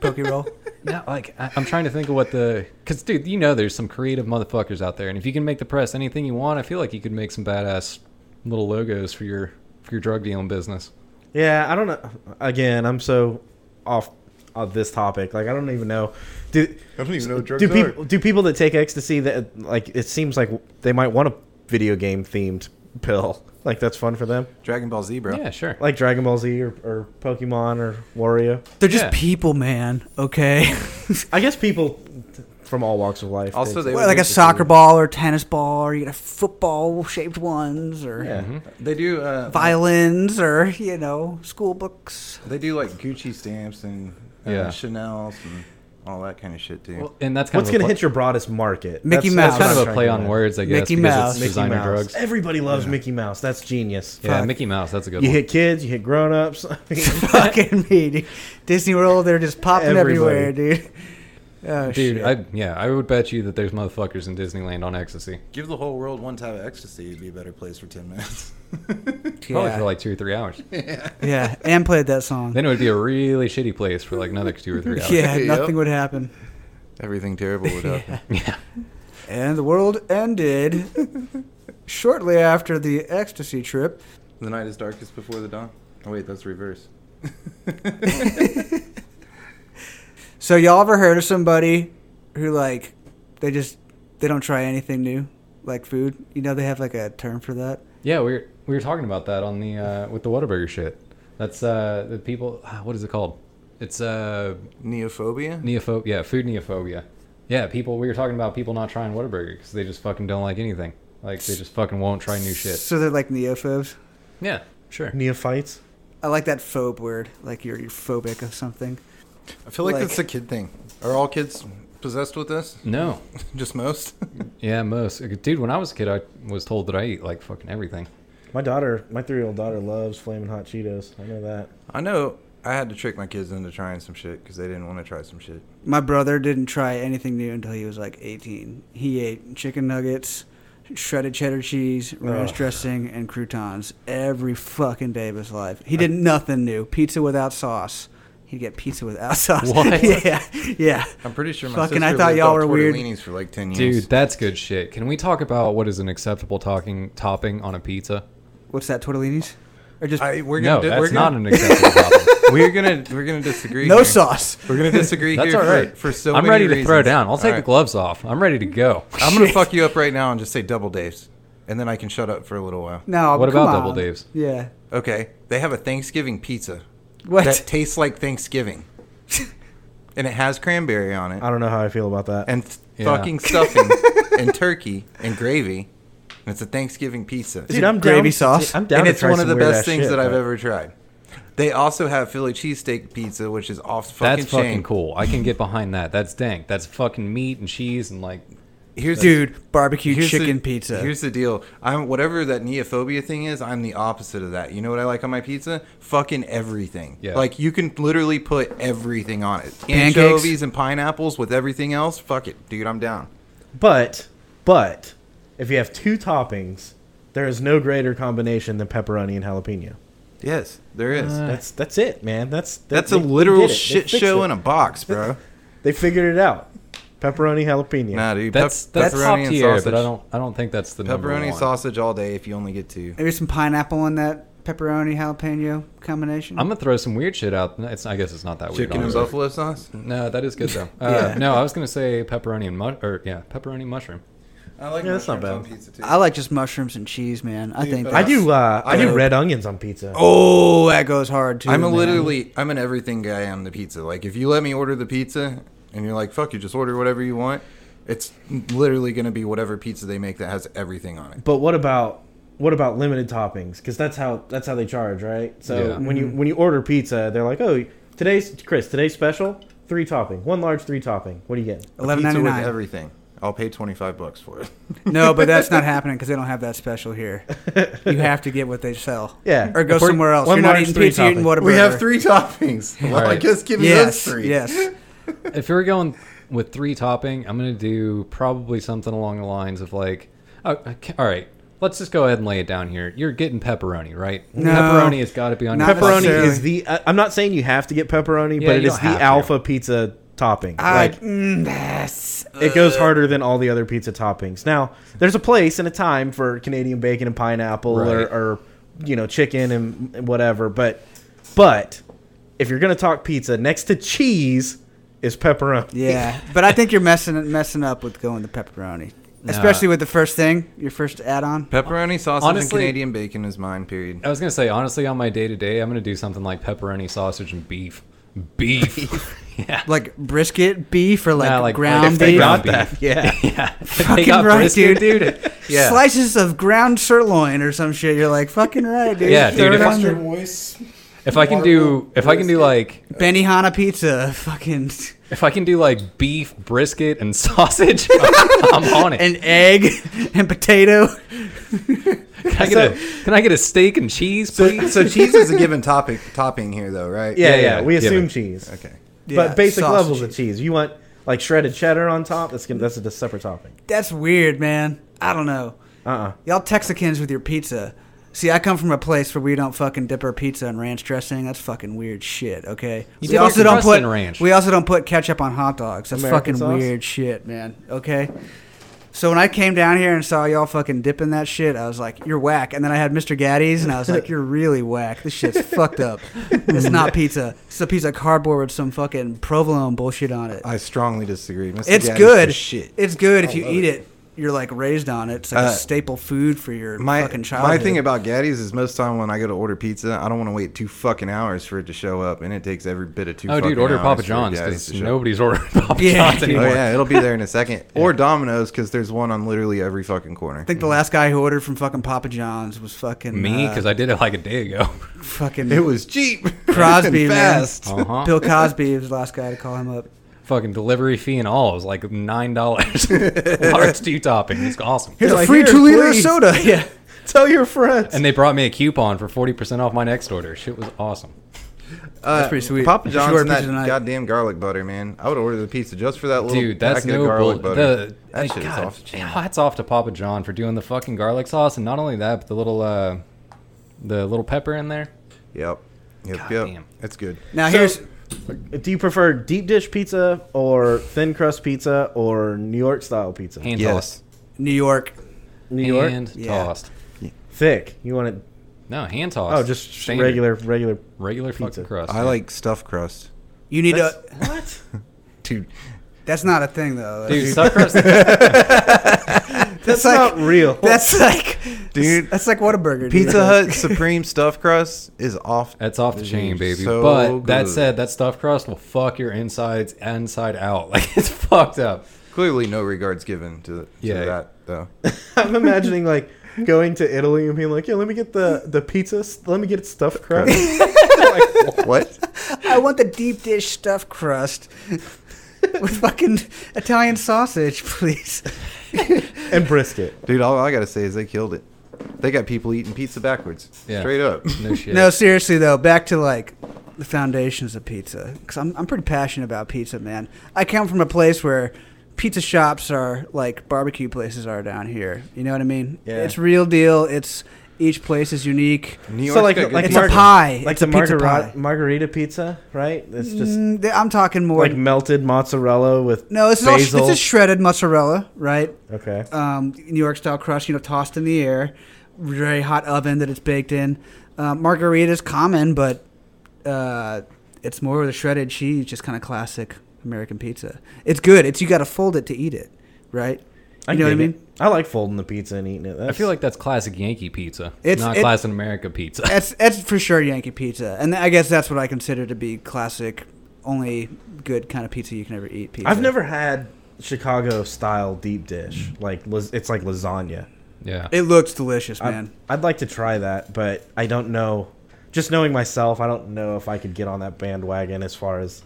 [SPEAKER 4] poke roll.
[SPEAKER 1] no, like I, I'm trying to think of what the because dude, you know, there's some creative motherfuckers out there, and if you can make the press anything you want, I feel like you could make some badass little logos for your for your drug dealing business.
[SPEAKER 3] Yeah, I don't know. Again, I'm so off of this topic. Like, I don't even know. Do
[SPEAKER 2] I don't even know drugs
[SPEAKER 3] do people do people that take ecstasy that like it seems like they might want a video game themed pill? Like that's fun for them,
[SPEAKER 2] Dragon Ball Z, bro.
[SPEAKER 1] Yeah, sure.
[SPEAKER 3] like Dragon Ball Z or, or Pokemon or Wario.
[SPEAKER 4] They're just
[SPEAKER 1] Yeah.
[SPEAKER 4] people, man. Okay,
[SPEAKER 3] I guess people from all walks of life.
[SPEAKER 2] Also,
[SPEAKER 3] take-
[SPEAKER 2] they-
[SPEAKER 4] Well, like a
[SPEAKER 2] just
[SPEAKER 4] soccer
[SPEAKER 2] do-
[SPEAKER 4] ball or tennis ball, or you get a football shaped ones or
[SPEAKER 3] yeah.
[SPEAKER 2] They do. Uh,
[SPEAKER 4] violins or you know school books.
[SPEAKER 2] They do like Gucci stamps and uh,
[SPEAKER 1] Yeah.
[SPEAKER 2] Chanel's and all that kind of shit too.
[SPEAKER 1] Well, and that's kind
[SPEAKER 3] What's
[SPEAKER 1] of a
[SPEAKER 3] gonna
[SPEAKER 1] pla-
[SPEAKER 3] hit your broadest market?
[SPEAKER 4] Mickey Mouse.
[SPEAKER 1] That's kind
[SPEAKER 3] what
[SPEAKER 1] of
[SPEAKER 3] I'm
[SPEAKER 1] a play
[SPEAKER 3] trying to
[SPEAKER 1] on
[SPEAKER 3] get at.
[SPEAKER 1] words, I guess,
[SPEAKER 4] Mickey
[SPEAKER 1] because
[SPEAKER 4] Mouse.
[SPEAKER 1] it's
[SPEAKER 4] Mickey
[SPEAKER 1] designer
[SPEAKER 3] Mouse.
[SPEAKER 1] drugs.
[SPEAKER 3] Everybody loves Mickey Mouse. That's genius.
[SPEAKER 1] Yeah,
[SPEAKER 4] Fuck.
[SPEAKER 1] Mickey Mouse. That's a good
[SPEAKER 3] You
[SPEAKER 1] one.
[SPEAKER 3] hit kids, you hit grown ups. I mean,
[SPEAKER 4] Fucking me, dude. Disney World, they're just popping
[SPEAKER 3] Everybody.
[SPEAKER 4] everywhere, dude. Oh,
[SPEAKER 1] Dude,
[SPEAKER 4] shit.
[SPEAKER 1] I, yeah, I would bet you that there's motherfuckers in Disneyland on ecstasy.
[SPEAKER 2] Give the whole world one type of ecstasy would be a better place for ten minutes.
[SPEAKER 1] Probably
[SPEAKER 4] yeah.
[SPEAKER 1] for like two or three hours.
[SPEAKER 4] yeah, and played that song.
[SPEAKER 1] then it would be a really shitty place for like another two or three hours.
[SPEAKER 4] Yeah,
[SPEAKER 2] Yep.
[SPEAKER 4] nothing would happen.
[SPEAKER 2] Everything terrible would happen.
[SPEAKER 1] Yeah.
[SPEAKER 4] And the world ended shortly after the ecstasy trip.
[SPEAKER 2] The night is darkest before the dawn. Oh wait, that's reverse.
[SPEAKER 4] So y'all ever heard of somebody who like they just they don't try anything new, like food? You know they have like a term for that.
[SPEAKER 1] Yeah, we were, we were talking about that on the uh, with the Whataburger shit. That's uh, the people. ah, What is it called? It's uh,
[SPEAKER 2] Neophobia.
[SPEAKER 1] neophobia. Yeah, food neophobia. Yeah, people. We were talking about people not trying Whataburger because they just fucking don't like anything. Like they just fucking won't try new shit.
[SPEAKER 4] So they're like neophobes.
[SPEAKER 1] Yeah, sure.
[SPEAKER 3] Neophytes.
[SPEAKER 4] I like that phobe word. Like you're, you're phobic of something.
[SPEAKER 2] I feel like,
[SPEAKER 4] Like-
[SPEAKER 2] that's a kid thing. Are all kids possessed with this?
[SPEAKER 1] No.
[SPEAKER 2] Just most?
[SPEAKER 1] Yeah, most. uh, Dude, when I was a kid, I was told that I eat like fucking everything.
[SPEAKER 3] My daughter, my three-year-old daughter, loves flaming hot Cheetos. I know that.
[SPEAKER 2] I know I had to trick my kids into trying some shit because they didn't want to try some shit.
[SPEAKER 4] My brother didn't try anything new until he was like 18. He ate chicken nuggets, shredded cheddar cheese, ranch
[SPEAKER 3] Ugh.
[SPEAKER 4] dressing, and croutons every fucking day of his life.
[SPEAKER 2] Uh,
[SPEAKER 4] He did nothing new. Pizza without sauce. He'd get pizza without sauce.
[SPEAKER 1] What?
[SPEAKER 4] yeah, yeah.
[SPEAKER 2] I'm pretty sure my
[SPEAKER 4] Fucking,
[SPEAKER 2] sister
[SPEAKER 4] I thought
[SPEAKER 2] lived
[SPEAKER 4] y'all
[SPEAKER 2] off
[SPEAKER 4] were weird.
[SPEAKER 2] tortellinis for like 10 years.
[SPEAKER 1] Dude, that's good shit. Can we talk about what is an acceptable talking topping on a pizza?
[SPEAKER 4] What's that, tortellinis? Or just
[SPEAKER 2] I, we're gonna
[SPEAKER 1] No,
[SPEAKER 2] di-
[SPEAKER 1] that's
[SPEAKER 2] we're
[SPEAKER 1] not an
[SPEAKER 2] gonna,
[SPEAKER 1] acceptable topping.
[SPEAKER 2] we're gonna we're gonna disagree.
[SPEAKER 4] no
[SPEAKER 2] here.
[SPEAKER 4] sauce.
[SPEAKER 2] We're gonna disagree
[SPEAKER 1] That's
[SPEAKER 2] here
[SPEAKER 1] all right.
[SPEAKER 2] for, for so
[SPEAKER 1] I'm
[SPEAKER 2] many
[SPEAKER 1] ready to
[SPEAKER 2] reasons.
[SPEAKER 1] throw down. I'll take
[SPEAKER 2] All
[SPEAKER 1] the
[SPEAKER 2] right.
[SPEAKER 1] gloves off. I'm ready to go.
[SPEAKER 2] I'm gonna fuck you up right now and just say double days, and then I can shut up for a little while.
[SPEAKER 4] No.
[SPEAKER 1] What
[SPEAKER 4] come
[SPEAKER 1] about Double
[SPEAKER 4] on.
[SPEAKER 1] Dave's?
[SPEAKER 4] Yeah.
[SPEAKER 2] Okay, they have a Thanksgiving pizza
[SPEAKER 4] What?
[SPEAKER 2] that tastes like Thanksgiving, and it has cranberry on it,
[SPEAKER 3] I don't know how I feel about that.
[SPEAKER 2] and th-
[SPEAKER 1] Yeah.
[SPEAKER 2] fucking stuffing, and turkey, and gravy, and it's a Thanksgiving pizza.
[SPEAKER 3] Dude, I'm
[SPEAKER 4] gravy
[SPEAKER 3] down to-
[SPEAKER 4] sauce?
[SPEAKER 3] I'm down
[SPEAKER 2] and
[SPEAKER 3] to
[SPEAKER 2] it's
[SPEAKER 3] try
[SPEAKER 2] one of
[SPEAKER 3] some
[SPEAKER 2] the
[SPEAKER 3] weird
[SPEAKER 2] best
[SPEAKER 3] ass
[SPEAKER 2] things
[SPEAKER 3] shit,
[SPEAKER 2] that I've
[SPEAKER 3] but-
[SPEAKER 2] ever tried. They also have Philly cheesesteak pizza, which is off fucking
[SPEAKER 1] That's
[SPEAKER 2] chain.
[SPEAKER 1] fucking cool. I can get behind that. That's dank. That's fucking meat and cheese and like
[SPEAKER 2] Here's
[SPEAKER 4] Dude, barbecue
[SPEAKER 2] here's
[SPEAKER 4] chicken
[SPEAKER 2] the,
[SPEAKER 4] pizza.
[SPEAKER 2] Here's the deal. I'm whatever that neophobia thing is. I'm the opposite of that. You know what I like on my pizza? Fucking everything.
[SPEAKER 1] Yeah.
[SPEAKER 2] Like you can literally put everything on it.
[SPEAKER 4] Pancakes?
[SPEAKER 2] Anchovies and pineapples with everything else. Fuck it, dude. I'm down.
[SPEAKER 3] But, but, if you have two toppings, there is no greater combination than pepperoni and jalapeno.
[SPEAKER 2] Yes, there is.
[SPEAKER 1] Uh,
[SPEAKER 3] That's that's it, man. That's
[SPEAKER 2] That's
[SPEAKER 3] they-
[SPEAKER 2] a
[SPEAKER 3] they
[SPEAKER 2] literal
[SPEAKER 3] did it. They
[SPEAKER 2] shit
[SPEAKER 3] fixed
[SPEAKER 2] show
[SPEAKER 3] it.
[SPEAKER 2] in a box, bro.
[SPEAKER 3] They figured it out. Pepperoni jalapeno.
[SPEAKER 2] Nah, dude. pep-
[SPEAKER 1] that's that's
[SPEAKER 2] pepperoni
[SPEAKER 1] top
[SPEAKER 2] and
[SPEAKER 1] tier,
[SPEAKER 2] sausage.
[SPEAKER 1] but I don't I don't think that's the number
[SPEAKER 2] Pepperoni
[SPEAKER 1] one.
[SPEAKER 2] sausage all day if you only get two.
[SPEAKER 4] Maybe some pineapple in that pepperoni jalapeno combination.
[SPEAKER 1] I'm gonna throw some weird shit out. It's, I guess it's not that weird.
[SPEAKER 2] Chicken and
[SPEAKER 1] honestly.
[SPEAKER 2] buffalo sauce.
[SPEAKER 1] No, that is good though. Uh, No, I was gonna say pepperoni and mu- or yeah, pepperoni and mushroom.
[SPEAKER 2] I like
[SPEAKER 3] Yeah, that's not mushrooms bad. on
[SPEAKER 2] pizza too.
[SPEAKER 4] I like just mushrooms and cheese, man. I
[SPEAKER 2] Dude,
[SPEAKER 4] think
[SPEAKER 2] but
[SPEAKER 3] I
[SPEAKER 4] that's-
[SPEAKER 3] do. Uh, I do
[SPEAKER 4] Uh,
[SPEAKER 3] red onions on pizza.
[SPEAKER 4] Oh, that goes hard too.
[SPEAKER 2] I'm a
[SPEAKER 4] man.
[SPEAKER 2] literally I'm an everything guy on the pizza. Like if you let me order the pizza and you're like fuck you just order whatever you want, it's literally going to be whatever pizza they make that has everything on it.
[SPEAKER 3] But what about what about limited toppings? Because that's how that's how they charge, right? So
[SPEAKER 1] Yeah.
[SPEAKER 3] when you when you order pizza, they're like, oh, today's Chris, today's special, three topping, one large, three topping. What do you get?
[SPEAKER 4] eleven
[SPEAKER 2] pizza
[SPEAKER 4] ninety
[SPEAKER 2] with
[SPEAKER 4] nine.
[SPEAKER 2] everything. I'll pay 25 bucks for it.
[SPEAKER 4] No, but that's not happening because they don't have that special here. You have to get what they sell.
[SPEAKER 3] Yeah.
[SPEAKER 4] or go
[SPEAKER 3] If we're-
[SPEAKER 4] somewhere else.
[SPEAKER 3] one
[SPEAKER 4] You're not
[SPEAKER 3] large,
[SPEAKER 4] eating
[SPEAKER 3] three
[SPEAKER 4] pizza, you're eating Whataburger.
[SPEAKER 2] we have three toppings. Well, I
[SPEAKER 1] Right.
[SPEAKER 2] guess give me
[SPEAKER 4] Yes,
[SPEAKER 2] those three.
[SPEAKER 4] yes.
[SPEAKER 1] if you're going with three topping, I'm gonna do probably something along the lines of like, oh, okay, all right, let's just go ahead and lay it down here. You're getting pepperoni, right?
[SPEAKER 4] No.
[SPEAKER 1] pepperoni has got to be on
[SPEAKER 4] Not
[SPEAKER 1] your
[SPEAKER 3] pepperoni
[SPEAKER 1] fucking-
[SPEAKER 4] necessarily.
[SPEAKER 3] is the. I- I'm not saying you have to get pepperoni,
[SPEAKER 1] Yeah,
[SPEAKER 3] but it
[SPEAKER 1] you
[SPEAKER 3] is
[SPEAKER 1] don't
[SPEAKER 3] the
[SPEAKER 1] have to.
[SPEAKER 3] alpha pizza topping.
[SPEAKER 4] I,
[SPEAKER 3] like
[SPEAKER 4] mm, that's-
[SPEAKER 3] it goes harder than all the other pizza toppings. Now, there's a place and a time for Canadian bacon and pineapple, or,
[SPEAKER 1] Right.
[SPEAKER 3] or you know, chicken and and whatever. But, but if you're gonna talk pizza, next to cheese is pepperoni.
[SPEAKER 4] yeah, but I think you're messing messing up with going to pepperoni, especially with the first thing, your first add on.
[SPEAKER 2] Pepperoni sausage
[SPEAKER 1] Honestly-
[SPEAKER 2] and Canadian bacon is mine. Period.
[SPEAKER 1] I was gonna say honestly, on my day to day, I'm gonna do something like pepperoni, sausage, and beef. Beef. yeah.
[SPEAKER 4] Like brisket beef or like,
[SPEAKER 1] Nah, like-
[SPEAKER 4] ground
[SPEAKER 1] if they
[SPEAKER 4] beef.
[SPEAKER 1] got
[SPEAKER 3] that, yeah.
[SPEAKER 1] yeah. If they
[SPEAKER 4] Fucking
[SPEAKER 1] got
[SPEAKER 4] right,
[SPEAKER 1] brisket,
[SPEAKER 4] dude.
[SPEAKER 1] dude.
[SPEAKER 2] Yeah.
[SPEAKER 4] Slices of ground sirloin or some shit. You're like, fucking right, dude.
[SPEAKER 1] Yeah, dude,
[SPEAKER 4] Throw it
[SPEAKER 1] if I-
[SPEAKER 4] on there.
[SPEAKER 6] voice.
[SPEAKER 1] If I can do, if I can do like,
[SPEAKER 4] Benihana pizza, fucking
[SPEAKER 1] if I can do like beef, brisket, and sausage, I'm on it.
[SPEAKER 4] an egg and potato.
[SPEAKER 1] Can I get a, can I get a steak and cheese,
[SPEAKER 2] So,
[SPEAKER 1] please?
[SPEAKER 2] so cheese is a given topic topping here though, right?
[SPEAKER 3] Yeah, yeah.
[SPEAKER 1] yeah,
[SPEAKER 3] We
[SPEAKER 1] yeah,
[SPEAKER 3] assume
[SPEAKER 1] but-
[SPEAKER 3] cheese,
[SPEAKER 2] Okay.
[SPEAKER 4] Yeah,
[SPEAKER 3] but basic
[SPEAKER 4] sausage.
[SPEAKER 3] levels of cheese. You want like shredded cheddar on top? That's gonna, that's a separate topping.
[SPEAKER 4] That's weird, man. I don't know.
[SPEAKER 3] Uh. uh
[SPEAKER 4] Y'all Texicans with your pizza. See, I come from a place where we don't fucking dip our pizza in ranch dressing. That's fucking weird shit. Okay.
[SPEAKER 1] You
[SPEAKER 4] we
[SPEAKER 1] dip
[SPEAKER 4] also
[SPEAKER 1] your
[SPEAKER 4] don't
[SPEAKER 1] crust
[SPEAKER 4] put
[SPEAKER 1] in ranch.
[SPEAKER 4] we also don't put ketchup on hot dogs. That's
[SPEAKER 3] American
[SPEAKER 4] fucking
[SPEAKER 3] sauce?
[SPEAKER 4] weird shit, man. Okay. So when I came down here and saw y'all fucking dipping that shit, I was like, "You're whack." And then I had Mr. Gaddy's, and I was like, "You're really whack. This shit's fucked up. It's not pizza. It's a piece of cardboard with some fucking provolone bullshit on it."
[SPEAKER 2] I strongly disagree. Mr.
[SPEAKER 4] It's
[SPEAKER 2] Gaddy's
[SPEAKER 4] good.
[SPEAKER 2] the Shit.
[SPEAKER 4] It's good if you eat it. you're like raised on it. It's like
[SPEAKER 2] Uh,
[SPEAKER 4] a staple food for your
[SPEAKER 2] my
[SPEAKER 4] fucking childhood.
[SPEAKER 2] my
[SPEAKER 5] My thing about Gaddy's is most time when I go to order pizza, I don't want to wait two fucking hours for it to show up, and it takes every bit of two.
[SPEAKER 1] Oh, dude,
[SPEAKER 5] fucking
[SPEAKER 1] order
[SPEAKER 5] hours
[SPEAKER 1] Papa
[SPEAKER 5] for
[SPEAKER 1] John's
[SPEAKER 5] Gaddy's to
[SPEAKER 1] because
[SPEAKER 5] show up.
[SPEAKER 1] nobody's ordering Papa
[SPEAKER 4] Yeah,
[SPEAKER 1] John's
[SPEAKER 4] dude.
[SPEAKER 1] anymore.
[SPEAKER 5] Oh
[SPEAKER 4] anymore.
[SPEAKER 5] yeah, it'll be there in a second. Or Domino's because there's one on literally every fucking corner.
[SPEAKER 4] I think the last guy who ordered from fucking Papa John's was fucking
[SPEAKER 1] Me,
[SPEAKER 4] uh,
[SPEAKER 1] because I did it like a day ago.
[SPEAKER 4] fucking
[SPEAKER 5] it was cheap.
[SPEAKER 4] Crosby,
[SPEAKER 5] and
[SPEAKER 4] man.
[SPEAKER 5] fast.
[SPEAKER 1] Uh-huh.
[SPEAKER 4] Bill Cosby was the last guy to call him up.
[SPEAKER 1] Fucking delivery fee and all. It was like nine dollars. Large stew topping. It's awesome.
[SPEAKER 4] Here's
[SPEAKER 5] like,
[SPEAKER 4] a free
[SPEAKER 5] "Here,
[SPEAKER 4] two liter
[SPEAKER 5] please."
[SPEAKER 4] soda. Yeah,
[SPEAKER 5] Tell your friends.
[SPEAKER 1] And they brought me a coupon for forty percent off my next order. Shit was awesome.
[SPEAKER 5] Uh,
[SPEAKER 4] that's pretty sweet.
[SPEAKER 5] Papa
[SPEAKER 4] You should
[SPEAKER 5] John's
[SPEAKER 4] order
[SPEAKER 5] and that
[SPEAKER 4] pizza tonight.
[SPEAKER 5] goddamn garlic butter, man. I would order the pizza just for that little
[SPEAKER 1] Dude, that's
[SPEAKER 5] packet
[SPEAKER 1] no
[SPEAKER 5] of garlic
[SPEAKER 1] bull-
[SPEAKER 5] butter.
[SPEAKER 1] The,
[SPEAKER 5] that shit
[SPEAKER 1] God,
[SPEAKER 5] is off the chain.
[SPEAKER 1] Hats off to Papa John for doing the fucking garlic sauce, and not only that, but the little uh, the little pepper in there.
[SPEAKER 5] Yep. Yep.
[SPEAKER 1] God
[SPEAKER 5] yep.
[SPEAKER 1] damn.
[SPEAKER 5] That's good.
[SPEAKER 4] now
[SPEAKER 3] So-
[SPEAKER 4] here's
[SPEAKER 3] Do you prefer deep dish pizza or thin crust pizza or New York style pizza?
[SPEAKER 1] Hand
[SPEAKER 5] Yes.
[SPEAKER 1] tossed.
[SPEAKER 4] New York.
[SPEAKER 3] New York
[SPEAKER 1] Hand
[SPEAKER 4] Yeah.
[SPEAKER 1] tossed.
[SPEAKER 3] thick. You want it?
[SPEAKER 1] No, hand tossed.
[SPEAKER 3] Oh, just
[SPEAKER 1] Standard.
[SPEAKER 3] regular, regular.
[SPEAKER 1] regular
[SPEAKER 3] pizza.
[SPEAKER 1] fucking crust.
[SPEAKER 5] I
[SPEAKER 1] man.
[SPEAKER 5] like stuffed crust.
[SPEAKER 4] You need
[SPEAKER 3] That's-
[SPEAKER 4] to.
[SPEAKER 3] what?
[SPEAKER 5] Dude,
[SPEAKER 4] That's not a thing though.
[SPEAKER 1] dude stuffed crust.
[SPEAKER 4] that's
[SPEAKER 3] It's
[SPEAKER 4] like
[SPEAKER 3] not real.
[SPEAKER 4] that's like
[SPEAKER 5] Dude.
[SPEAKER 4] That's like Whataburger. dude.
[SPEAKER 5] Pizza Hut Supreme stuffed crust is off.
[SPEAKER 1] That's off the
[SPEAKER 5] Dude,
[SPEAKER 1] chain, baby.
[SPEAKER 5] so
[SPEAKER 1] but that
[SPEAKER 5] good.
[SPEAKER 1] said, that stuffed crust will fuck your insides inside out. Like it's fucked up.
[SPEAKER 5] Clearly, no regards given to, to
[SPEAKER 1] Yeah.
[SPEAKER 5] that though.
[SPEAKER 3] I'm imagining like going to Italy and being like, yeah, let me get the the pizza. s- Let me get it stuffed crust.
[SPEAKER 5] what?
[SPEAKER 4] I want the deep dish stuffed crust with fucking Italian sausage, please.
[SPEAKER 3] and brisket.
[SPEAKER 5] Dude, all I gotta say is they killed it. They got people eating pizza backwards,
[SPEAKER 1] Yeah.
[SPEAKER 5] straight up.
[SPEAKER 1] No shit.
[SPEAKER 4] No, seriously though, back to like the foundations of pizza because I'm I'm pretty passionate about pizza, man. I come from a place where pizza shops are like barbecue places are down here. You know what I mean?
[SPEAKER 3] Yeah.
[SPEAKER 4] It's real deal. It's each place is unique.
[SPEAKER 5] New York's
[SPEAKER 3] so like,
[SPEAKER 5] got good
[SPEAKER 3] like
[SPEAKER 4] It's
[SPEAKER 5] pizza.
[SPEAKER 4] a pie.
[SPEAKER 3] Like
[SPEAKER 4] It's
[SPEAKER 3] the
[SPEAKER 4] a pizza pie.
[SPEAKER 3] margarita, margarita pizza, right? It's just
[SPEAKER 4] Mm, th- I'm talking more.
[SPEAKER 3] like melted mozzarella with
[SPEAKER 4] no, this is all,
[SPEAKER 3] basil.
[SPEAKER 4] this is shredded mozzarella, right?
[SPEAKER 3] okay.
[SPEAKER 4] um, New York style crust, you know, tossed in the air, very hot oven that it's baked in. Uh, margarita is common, but uh, it's more of the shredded cheese, just kind of classic American pizza. It's good. It's you got to fold it to eat it, right? You know what I
[SPEAKER 3] dig
[SPEAKER 4] mean?
[SPEAKER 3] it. I like folding the pizza and eating it.
[SPEAKER 1] I
[SPEAKER 3] That's,
[SPEAKER 1] feel like that's classic Yankee pizza.
[SPEAKER 4] It's-
[SPEAKER 1] It's not
[SPEAKER 4] it-
[SPEAKER 1] classic American pizza.
[SPEAKER 4] That's that's for sure Yankee pizza, and I guess that's what I consider to be classic, only good kind of pizza you can ever eat. Pizza.
[SPEAKER 3] I've never had Chicago style deep dish. Like las- it's like lasagna.
[SPEAKER 1] Yeah.
[SPEAKER 4] It looks delicious,
[SPEAKER 3] I-
[SPEAKER 4] man.
[SPEAKER 3] I'd like to try that, but I don't know. Just knowing myself, I don't know if I could get on that bandwagon as far as.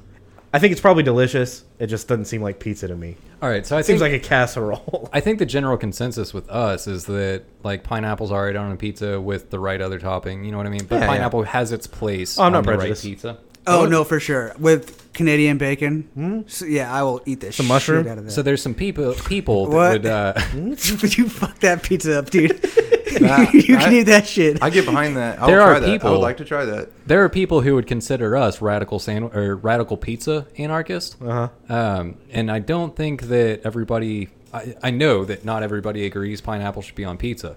[SPEAKER 3] I think it's probably delicious. It just doesn't seem like pizza to me.
[SPEAKER 1] All right. So I
[SPEAKER 3] It seems
[SPEAKER 1] think,
[SPEAKER 3] like a casserole.
[SPEAKER 1] I think the general consensus with us is that like pineapple's already on a pizza with the right other topping. You know what I mean? But
[SPEAKER 3] Yeah, yeah.
[SPEAKER 1] pineapple has its place
[SPEAKER 3] Oh, I'm not
[SPEAKER 1] on the right
[SPEAKER 3] prejudiced.
[SPEAKER 1] pizza.
[SPEAKER 4] Oh no, for sure with Canadian bacon. So, yeah, I will eat this
[SPEAKER 3] Some Hmm? mushroom?
[SPEAKER 4] shit out of that.
[SPEAKER 1] So there's some people people that
[SPEAKER 4] What?
[SPEAKER 1] would uh,
[SPEAKER 4] you fucked that pizza up, dude.
[SPEAKER 5] That-
[SPEAKER 4] you can
[SPEAKER 5] I-
[SPEAKER 4] eat that shit.
[SPEAKER 5] I get behind that. I'll
[SPEAKER 1] There
[SPEAKER 5] try
[SPEAKER 1] are
[SPEAKER 5] that. I
[SPEAKER 1] people-
[SPEAKER 5] would like to try that.
[SPEAKER 1] there are people who would consider us radical sand- or radical pizza anarchists.
[SPEAKER 3] Uh-huh.
[SPEAKER 1] Um, and I don't think that everybody. I, I know that not everybody agrees pineapple should be on pizza.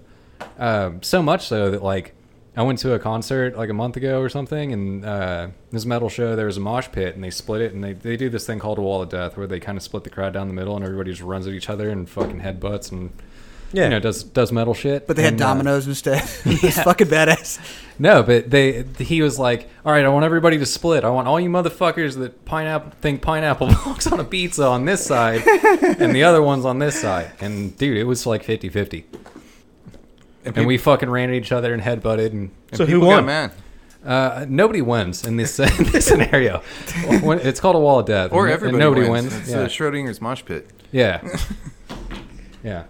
[SPEAKER 1] Um, so much so that like I went to a concert like a month ago or something, and uh, this metal show there was a mosh pit, and they split it, and they they do this thing called a wall of death where they kind of split the crowd down the middle, and everybody just runs at each other and fucking headbutts and.
[SPEAKER 3] Yeah.
[SPEAKER 1] You know, does does metal shit.
[SPEAKER 4] but they had
[SPEAKER 1] And, uh,
[SPEAKER 4] dominoes instead. it's fucking badass.
[SPEAKER 1] no, but they he was like, "All right, I want everybody to split. I want all you motherfuckers that pineapple think pineapple belongs on a pizza on this side and the other one's on this side." And dude, it was like 50-50. And, we fucking ran at each other and headbutted and, and
[SPEAKER 3] So who
[SPEAKER 5] People
[SPEAKER 1] people-
[SPEAKER 5] got
[SPEAKER 3] won?
[SPEAKER 5] mad.
[SPEAKER 1] uh, nobody wins in this, in this scenario. When- it's called a wall of death.
[SPEAKER 2] Or
[SPEAKER 1] and- and
[SPEAKER 2] everybody
[SPEAKER 1] nobody
[SPEAKER 2] wins.
[SPEAKER 1] wins.
[SPEAKER 2] It's
[SPEAKER 5] So
[SPEAKER 1] Yeah.
[SPEAKER 5] Schrodinger's mosh pit.
[SPEAKER 1] Yeah. yeah.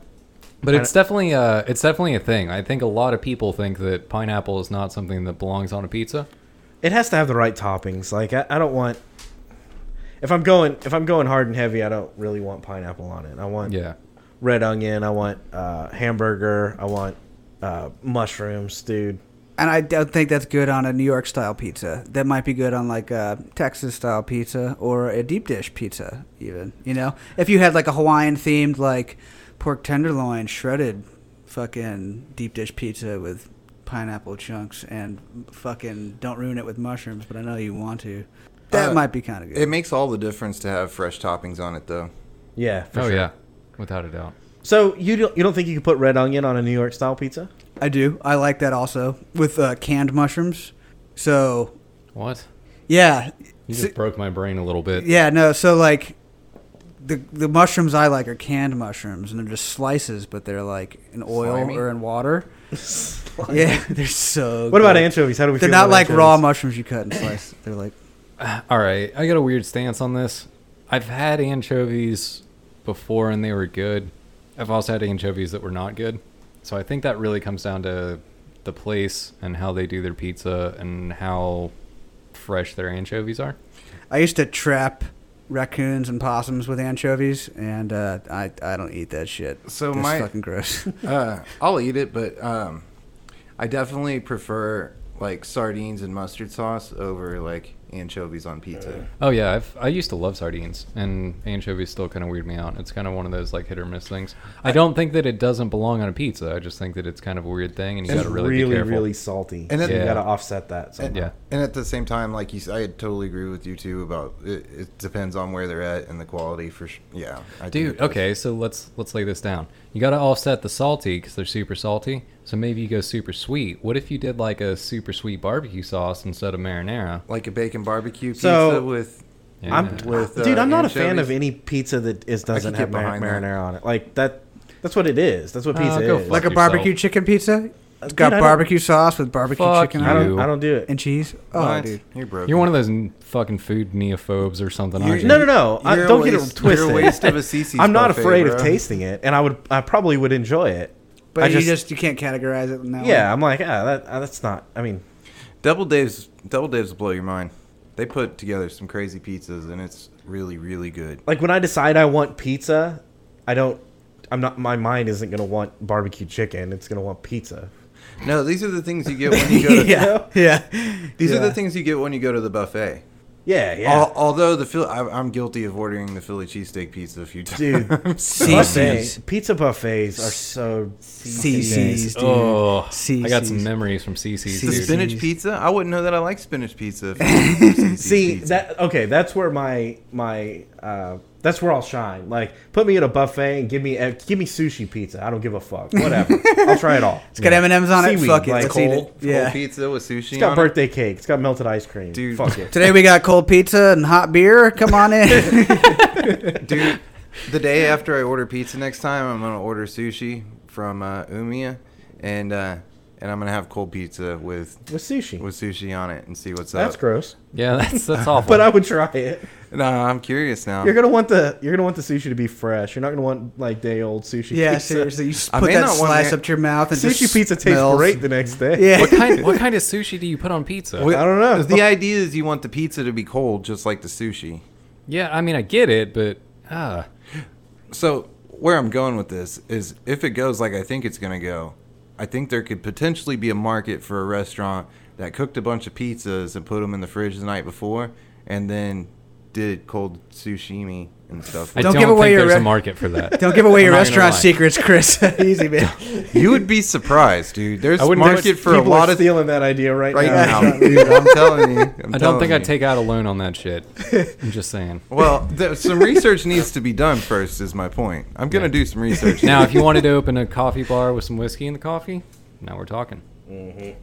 [SPEAKER 1] But it's definitely uh it's definitely a thing. I think a lot of people think that pineapple is not something that belongs on a pizza.
[SPEAKER 3] It has to have the right toppings. Like I, I don't want. If I'm going, if I'm going hard and heavy, I don't really want pineapple on it. I want
[SPEAKER 1] Yeah.
[SPEAKER 3] red onion. I want uh, hamburger. I want uh, mushrooms, dude.
[SPEAKER 4] And I don't think that's good on a New York style pizza. That might be good on like a Texas style pizza or a deep dish pizza, even. You know, if you had like a Hawaiian themed like pork tenderloin shredded, fucking deep dish pizza with pineapple chunks and fucking don't ruin it with mushrooms. But I know you want to. That
[SPEAKER 5] Uh,
[SPEAKER 4] might be kind of good.
[SPEAKER 5] It makes all the difference to have fresh toppings on it, though.
[SPEAKER 3] Yeah. For
[SPEAKER 1] oh
[SPEAKER 3] sure.
[SPEAKER 1] yeah. Without a doubt.
[SPEAKER 3] So you don't you don't think you could put red onion on a New York style pizza?
[SPEAKER 4] I do. I like that also with uh, canned mushrooms. So
[SPEAKER 1] What?
[SPEAKER 4] yeah,
[SPEAKER 1] You
[SPEAKER 4] So-
[SPEAKER 1] just broke my brain a little bit.
[SPEAKER 4] yeah. No, so like the the mushrooms I like are canned mushrooms, and they're just slices, but they're like in oil
[SPEAKER 2] Slimy?
[SPEAKER 4] or in water. yeah, they're so.
[SPEAKER 3] What about
[SPEAKER 4] good.
[SPEAKER 3] anchovies? How do we?
[SPEAKER 4] They're
[SPEAKER 3] feel
[SPEAKER 4] not
[SPEAKER 3] about
[SPEAKER 4] like raw
[SPEAKER 3] anchovies?
[SPEAKER 4] mushrooms you cut and slice. They're like
[SPEAKER 1] All right, I got a weird stance on this. I've had anchovies before and they were good. I've also had anchovies that were not good. So I think that really comes down to the place and how they do their pizza and how fresh their anchovies are.
[SPEAKER 4] I used to trap raccoons and possums with anchovies, and uh, I I don't eat that shit.
[SPEAKER 2] So
[SPEAKER 4] That's
[SPEAKER 2] my-
[SPEAKER 4] fucking gross.
[SPEAKER 2] uh, I'll eat it, but um, I definitely prefer like sardines and mustard sauce over like anchovies on pizza.
[SPEAKER 1] Oh yeah, I've, I used to love sardines, and anchovies still kind of weird me out. It's kind of one of those like hit or miss things. I don't think that it doesn't belong on a pizza. I just think that it's kind of a weird thing, and you
[SPEAKER 3] It's
[SPEAKER 1] got to really, be
[SPEAKER 3] really,
[SPEAKER 1] careful.
[SPEAKER 3] really salty.
[SPEAKER 2] And
[SPEAKER 3] And
[SPEAKER 2] it-
[SPEAKER 3] you
[SPEAKER 1] Yeah.
[SPEAKER 3] got to offset that. somehow.
[SPEAKER 2] And,
[SPEAKER 1] Yeah.
[SPEAKER 2] and at the same time, like you, s- I totally agree with you too about it. It depends on where they're at and the quality for. Sh- yeah, I think
[SPEAKER 1] Dude, oh.
[SPEAKER 2] it does.
[SPEAKER 1] okay, so let's let's lay this down. You got to offset the salty because they're super salty. So maybe you go super sweet. What if you did like a super sweet barbecue sauce instead of marinara?
[SPEAKER 2] Like a bacon barbecue pizza
[SPEAKER 3] So-
[SPEAKER 2] with.
[SPEAKER 3] I'm,
[SPEAKER 1] Yeah.
[SPEAKER 2] With,
[SPEAKER 3] dude,
[SPEAKER 2] uh,
[SPEAKER 3] I'm not a fan
[SPEAKER 2] anchovies?
[SPEAKER 3] of any pizza that is doesn't
[SPEAKER 2] get
[SPEAKER 3] have mar-
[SPEAKER 2] behind that. Uh,
[SPEAKER 3] marinara on it. Like that. That's what it is. That's what
[SPEAKER 1] Oh,
[SPEAKER 3] pizza
[SPEAKER 1] go
[SPEAKER 3] is.
[SPEAKER 1] fuck
[SPEAKER 4] like a
[SPEAKER 1] yourself.
[SPEAKER 4] barbecue chicken pizza. It's
[SPEAKER 3] Dude,
[SPEAKER 4] got
[SPEAKER 3] I don't-
[SPEAKER 4] barbecue sauce with barbecue
[SPEAKER 1] Fuck
[SPEAKER 4] chicken
[SPEAKER 1] you.
[SPEAKER 3] I
[SPEAKER 4] on it
[SPEAKER 3] don't. I don't do it.
[SPEAKER 4] and cheese. Oh,
[SPEAKER 2] Oh,
[SPEAKER 4] dude.
[SPEAKER 2] dude, you're broken.
[SPEAKER 1] You're one of those n- fucking food neophobes or something.
[SPEAKER 2] You-
[SPEAKER 1] aren't you?
[SPEAKER 3] No, no, no. I,
[SPEAKER 2] You're a
[SPEAKER 3] don't get
[SPEAKER 2] waste-
[SPEAKER 3] it
[SPEAKER 2] you're a
[SPEAKER 3] twisted.
[SPEAKER 2] waste of a CC's
[SPEAKER 3] I'm not
[SPEAKER 2] buffet,
[SPEAKER 3] afraid of
[SPEAKER 2] bro.
[SPEAKER 3] tasting it, and I would. I probably would enjoy it.
[SPEAKER 4] But
[SPEAKER 3] I
[SPEAKER 4] you just you can't categorize it in that
[SPEAKER 3] Yeah,
[SPEAKER 4] way.
[SPEAKER 3] I'm like, ah, that, ah, that's not. I mean,
[SPEAKER 2] Double Dave's. Double Dave's will blow your mind. They put together some crazy pizzas, and it's really, really good.
[SPEAKER 3] like when I decide I want pizza, I don't. I'm not. My mind isn't gonna want barbecue chicken. It's gonna want pizza.
[SPEAKER 2] No, these are the things you get when you go to.
[SPEAKER 4] yeah, yeah.
[SPEAKER 2] These are
[SPEAKER 3] Yeah.
[SPEAKER 2] the things you get when you go to the buffet.
[SPEAKER 3] Yeah, yeah.
[SPEAKER 2] Al- although the Phil- I, I'm guilty of ordering the Philly cheesesteak pizza a few times.
[SPEAKER 3] Dude,
[SPEAKER 4] CC's.
[SPEAKER 3] buffet, pizza buffets are so.
[SPEAKER 4] CC's, dude.
[SPEAKER 1] Oh, I got some
[SPEAKER 4] CC's.
[SPEAKER 1] memories from CC's.
[SPEAKER 2] the
[SPEAKER 1] dude.
[SPEAKER 4] CC's.
[SPEAKER 2] spinach pizza. I wouldn't know that I like spinach pizza. If it wasn't for CC's
[SPEAKER 3] See
[SPEAKER 2] pizza.
[SPEAKER 3] that? Okay, that's where my my. Uh, that's where I'll shine. Like, put me at a buffet and give me uh, give me sushi pizza. I don't give a fuck. Whatever. I'll try it all.
[SPEAKER 4] It's got M and M's on it.
[SPEAKER 3] Seaweed,
[SPEAKER 4] Fuck it.
[SPEAKER 3] like
[SPEAKER 4] Let's eat
[SPEAKER 2] cold,
[SPEAKER 4] it.
[SPEAKER 2] cold
[SPEAKER 4] Yeah.
[SPEAKER 2] pizza with sushi.
[SPEAKER 3] It's got
[SPEAKER 2] on it?
[SPEAKER 3] birthday cake. It's got melted ice cream.
[SPEAKER 2] Dude.
[SPEAKER 3] fuck it.
[SPEAKER 4] Today we got cold pizza and hot beer. Come on in.
[SPEAKER 2] dude. The day after I order pizza next time, I'm gonna order sushi from uh, Umiya, and uh, and I'm gonna have cold pizza with
[SPEAKER 3] With sushi.
[SPEAKER 2] with sushi on it and see what's
[SPEAKER 3] that's
[SPEAKER 2] up.
[SPEAKER 3] gross.
[SPEAKER 1] Yeah, that's that's awful.
[SPEAKER 3] But I would try it.
[SPEAKER 2] Nah, I'm curious now.
[SPEAKER 3] You're gonna want the you're gonna want the sushi to be fresh. You're not gonna want like day old sushi.
[SPEAKER 4] yeah,
[SPEAKER 3] pizza.
[SPEAKER 4] seriously. You just
[SPEAKER 2] I
[SPEAKER 4] put
[SPEAKER 2] may
[SPEAKER 4] that
[SPEAKER 2] not want
[SPEAKER 4] slice
[SPEAKER 2] that-
[SPEAKER 4] up to your mouth and
[SPEAKER 3] Sushi
[SPEAKER 4] just
[SPEAKER 3] pizza tastes
[SPEAKER 4] smells.
[SPEAKER 3] great the next day.
[SPEAKER 4] Yeah.
[SPEAKER 1] what kind what kind of sushi do you put on pizza?
[SPEAKER 3] I don't know.
[SPEAKER 2] The idea is you want the pizza to be cold, just like the sushi.
[SPEAKER 1] Yeah, I mean I get it, but ah,
[SPEAKER 2] So where I'm going with this is, if it goes like I think it's gonna go, I think there could potentially be a market for a restaurant that cooked a bunch of pizzas and put them in the fridge the night before, and then did cold sashimi and stuff.
[SPEAKER 1] I
[SPEAKER 4] Don't
[SPEAKER 1] don't,
[SPEAKER 4] give away
[SPEAKER 1] think
[SPEAKER 4] your
[SPEAKER 1] there's
[SPEAKER 4] re-
[SPEAKER 1] a market for that.
[SPEAKER 4] Don't give away your
[SPEAKER 1] I'm not gonna
[SPEAKER 4] restaurant
[SPEAKER 1] lie.
[SPEAKER 4] secrets, Chris. Easy, man.
[SPEAKER 2] you would be surprised, dude. There's
[SPEAKER 1] I wouldn't-
[SPEAKER 2] market for a
[SPEAKER 3] People
[SPEAKER 2] lot
[SPEAKER 3] are
[SPEAKER 2] of
[SPEAKER 3] stealing that idea right,
[SPEAKER 2] right
[SPEAKER 3] now.
[SPEAKER 2] now. dude, I'm telling you. I'm
[SPEAKER 1] I don't
[SPEAKER 2] telling
[SPEAKER 1] think
[SPEAKER 2] you.
[SPEAKER 1] I'd take out a loan on that shit. I'm just saying.
[SPEAKER 2] Well, th- some research needs to be done first. Is my point. I'm gonna do some research
[SPEAKER 1] Now, if you wanted to open a coffee bar with some whiskey in the coffee, now we're talking.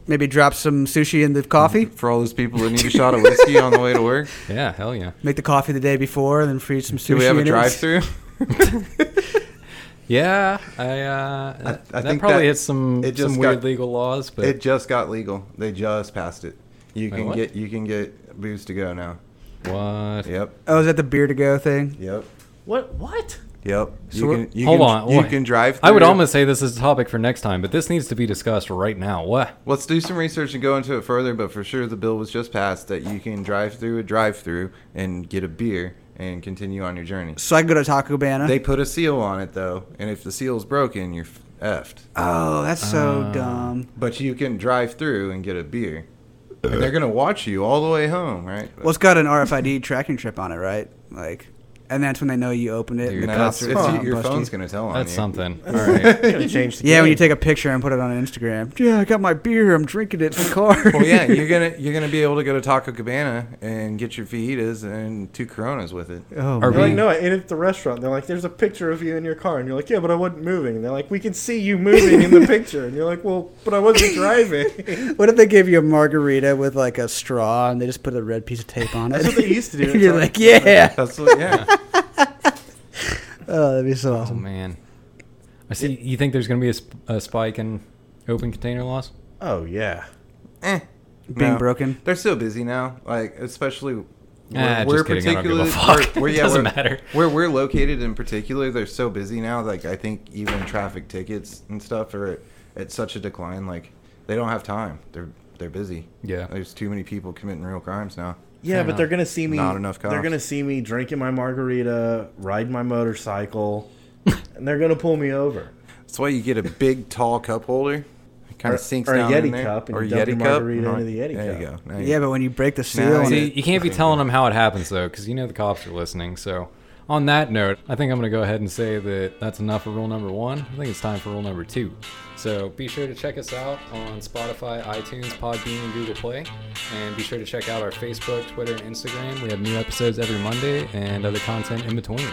[SPEAKER 4] Maybe drop some sushi in the coffee.
[SPEAKER 2] for all those people that need a shot of whiskey on the way to work.
[SPEAKER 1] Yeah, hell yeah.
[SPEAKER 4] Make the coffee the day before, and then freeze some sushi.
[SPEAKER 2] Do we have a
[SPEAKER 4] in it.
[SPEAKER 2] drive-through?
[SPEAKER 1] Yeah, I, uh,
[SPEAKER 2] I
[SPEAKER 1] that
[SPEAKER 2] think
[SPEAKER 1] probably
[SPEAKER 2] that-
[SPEAKER 1] hits some,
[SPEAKER 2] it just
[SPEAKER 1] some weird
[SPEAKER 2] got-
[SPEAKER 1] legal laws, but
[SPEAKER 2] It just got legal. They just passed it. You
[SPEAKER 1] Wait,
[SPEAKER 2] can
[SPEAKER 1] what?
[SPEAKER 2] get you can get booze to go now.
[SPEAKER 1] what?
[SPEAKER 2] Yep.
[SPEAKER 4] Oh, is that the beer to go thing?
[SPEAKER 2] Yep.
[SPEAKER 3] What what?
[SPEAKER 2] Yep. You
[SPEAKER 4] So
[SPEAKER 2] can, you
[SPEAKER 1] Hold
[SPEAKER 2] can,
[SPEAKER 1] on.
[SPEAKER 2] You
[SPEAKER 1] wait.
[SPEAKER 2] can drive.
[SPEAKER 1] I would
[SPEAKER 2] through.
[SPEAKER 1] almost say this is a topic for next time, but this needs to be discussed right now. What?
[SPEAKER 2] Let's do some research and go into it further. But for sure, the bill was just passed that you can drive through a drive-through and get a beer and continue on your journey.
[SPEAKER 4] So I can go to Taco Bana.
[SPEAKER 2] They put a seal on it though, and if the seal's broken, you're effed.
[SPEAKER 4] oh, that's so dumb.
[SPEAKER 2] But you can drive through and get a beer, and they're gonna watch you all the way home, right?
[SPEAKER 4] Well, it's got an RFID tracking chip on it, right? Like, and that's when they know you opened it.
[SPEAKER 1] Dude,
[SPEAKER 4] and the
[SPEAKER 2] No, it's,
[SPEAKER 4] cops are
[SPEAKER 2] it's-
[SPEAKER 4] gonna
[SPEAKER 2] your
[SPEAKER 4] bust you.
[SPEAKER 2] phone's gonna tell on
[SPEAKER 1] That's
[SPEAKER 2] you.
[SPEAKER 1] something. All right.
[SPEAKER 3] Gotta change the
[SPEAKER 4] Yeah, when you
[SPEAKER 3] game.
[SPEAKER 4] take a picture and put it on Instagram. Yeah, I got my beer. I'm drinking it in the car.
[SPEAKER 2] well, yeah, you're gonna you're gonna be able to go to Taco Cabana and get your fajitas and two Coronas with it.
[SPEAKER 1] Are
[SPEAKER 4] Oh, man.
[SPEAKER 1] we-
[SPEAKER 3] They're like, no, I ate at the restaurant. They're like, there's a picture of you in your car. And you're like, yeah, but I wasn't moving. And they're like, we can see you moving in the picture. And you're like, well, but I wasn't driving.
[SPEAKER 4] What if they gave you a margarita with like a straw and they just put a red piece of tape on it?
[SPEAKER 3] That's what they used to do.
[SPEAKER 4] You're like, yeah.
[SPEAKER 2] That's what, yeah.
[SPEAKER 4] Oh, that'd be so
[SPEAKER 1] Oh
[SPEAKER 4] awesome.
[SPEAKER 1] man. I see. You think there's gonna be a, sp- a spike in open container loss?
[SPEAKER 3] oh, yeah.
[SPEAKER 2] eh,
[SPEAKER 4] Being
[SPEAKER 2] no.
[SPEAKER 4] broken.
[SPEAKER 2] They're so busy now. Like especially we're,
[SPEAKER 1] Ah, just kidding, I don't give a
[SPEAKER 2] particularly-
[SPEAKER 1] fuck.
[SPEAKER 2] We're, we're,
[SPEAKER 1] It
[SPEAKER 2] yeah,
[SPEAKER 1] doesn't
[SPEAKER 2] we're-
[SPEAKER 1] matter.
[SPEAKER 2] Where we're located in particular, they're so busy now. Like I think even traffic tickets and stuff are at such a decline. Like they don't have time. They're they're busy.
[SPEAKER 1] Yeah.
[SPEAKER 2] There's too many people committing real crimes now.
[SPEAKER 3] Yeah,
[SPEAKER 1] Fair
[SPEAKER 3] but
[SPEAKER 1] enough.
[SPEAKER 3] they're gonna see me.
[SPEAKER 2] Not enough
[SPEAKER 3] They're
[SPEAKER 2] cops.
[SPEAKER 3] gonna see me drinking my margarita, riding my motorcycle, and they're gonna pull me over.
[SPEAKER 2] That's why you get a big tall cup holder. It kind
[SPEAKER 3] Or-
[SPEAKER 2] of sinks
[SPEAKER 3] or a
[SPEAKER 2] down
[SPEAKER 3] Yeti
[SPEAKER 2] in there.
[SPEAKER 3] cup, and
[SPEAKER 2] or
[SPEAKER 3] you
[SPEAKER 2] a
[SPEAKER 3] dump
[SPEAKER 2] Yeti
[SPEAKER 3] your
[SPEAKER 2] cup.
[SPEAKER 3] margarita
[SPEAKER 2] Right.
[SPEAKER 3] into the Yeti
[SPEAKER 2] there
[SPEAKER 3] cup.
[SPEAKER 2] you go. There you
[SPEAKER 4] Yeah, but when you break the seal,
[SPEAKER 2] Now
[SPEAKER 4] on
[SPEAKER 1] See,
[SPEAKER 4] it,
[SPEAKER 2] it-
[SPEAKER 1] you can't be telling them how it happens though, because you know the cops are listening. So, on that note, I think I'm going to go ahead and say that that's enough for rule number one. I think it's time for rule number two. So, be sure to check us out on Spotify, iTunes, Podbean, and Google Play, and be sure to check out our Facebook, Twitter, and Instagram. We have new episodes every Monday and other content in between.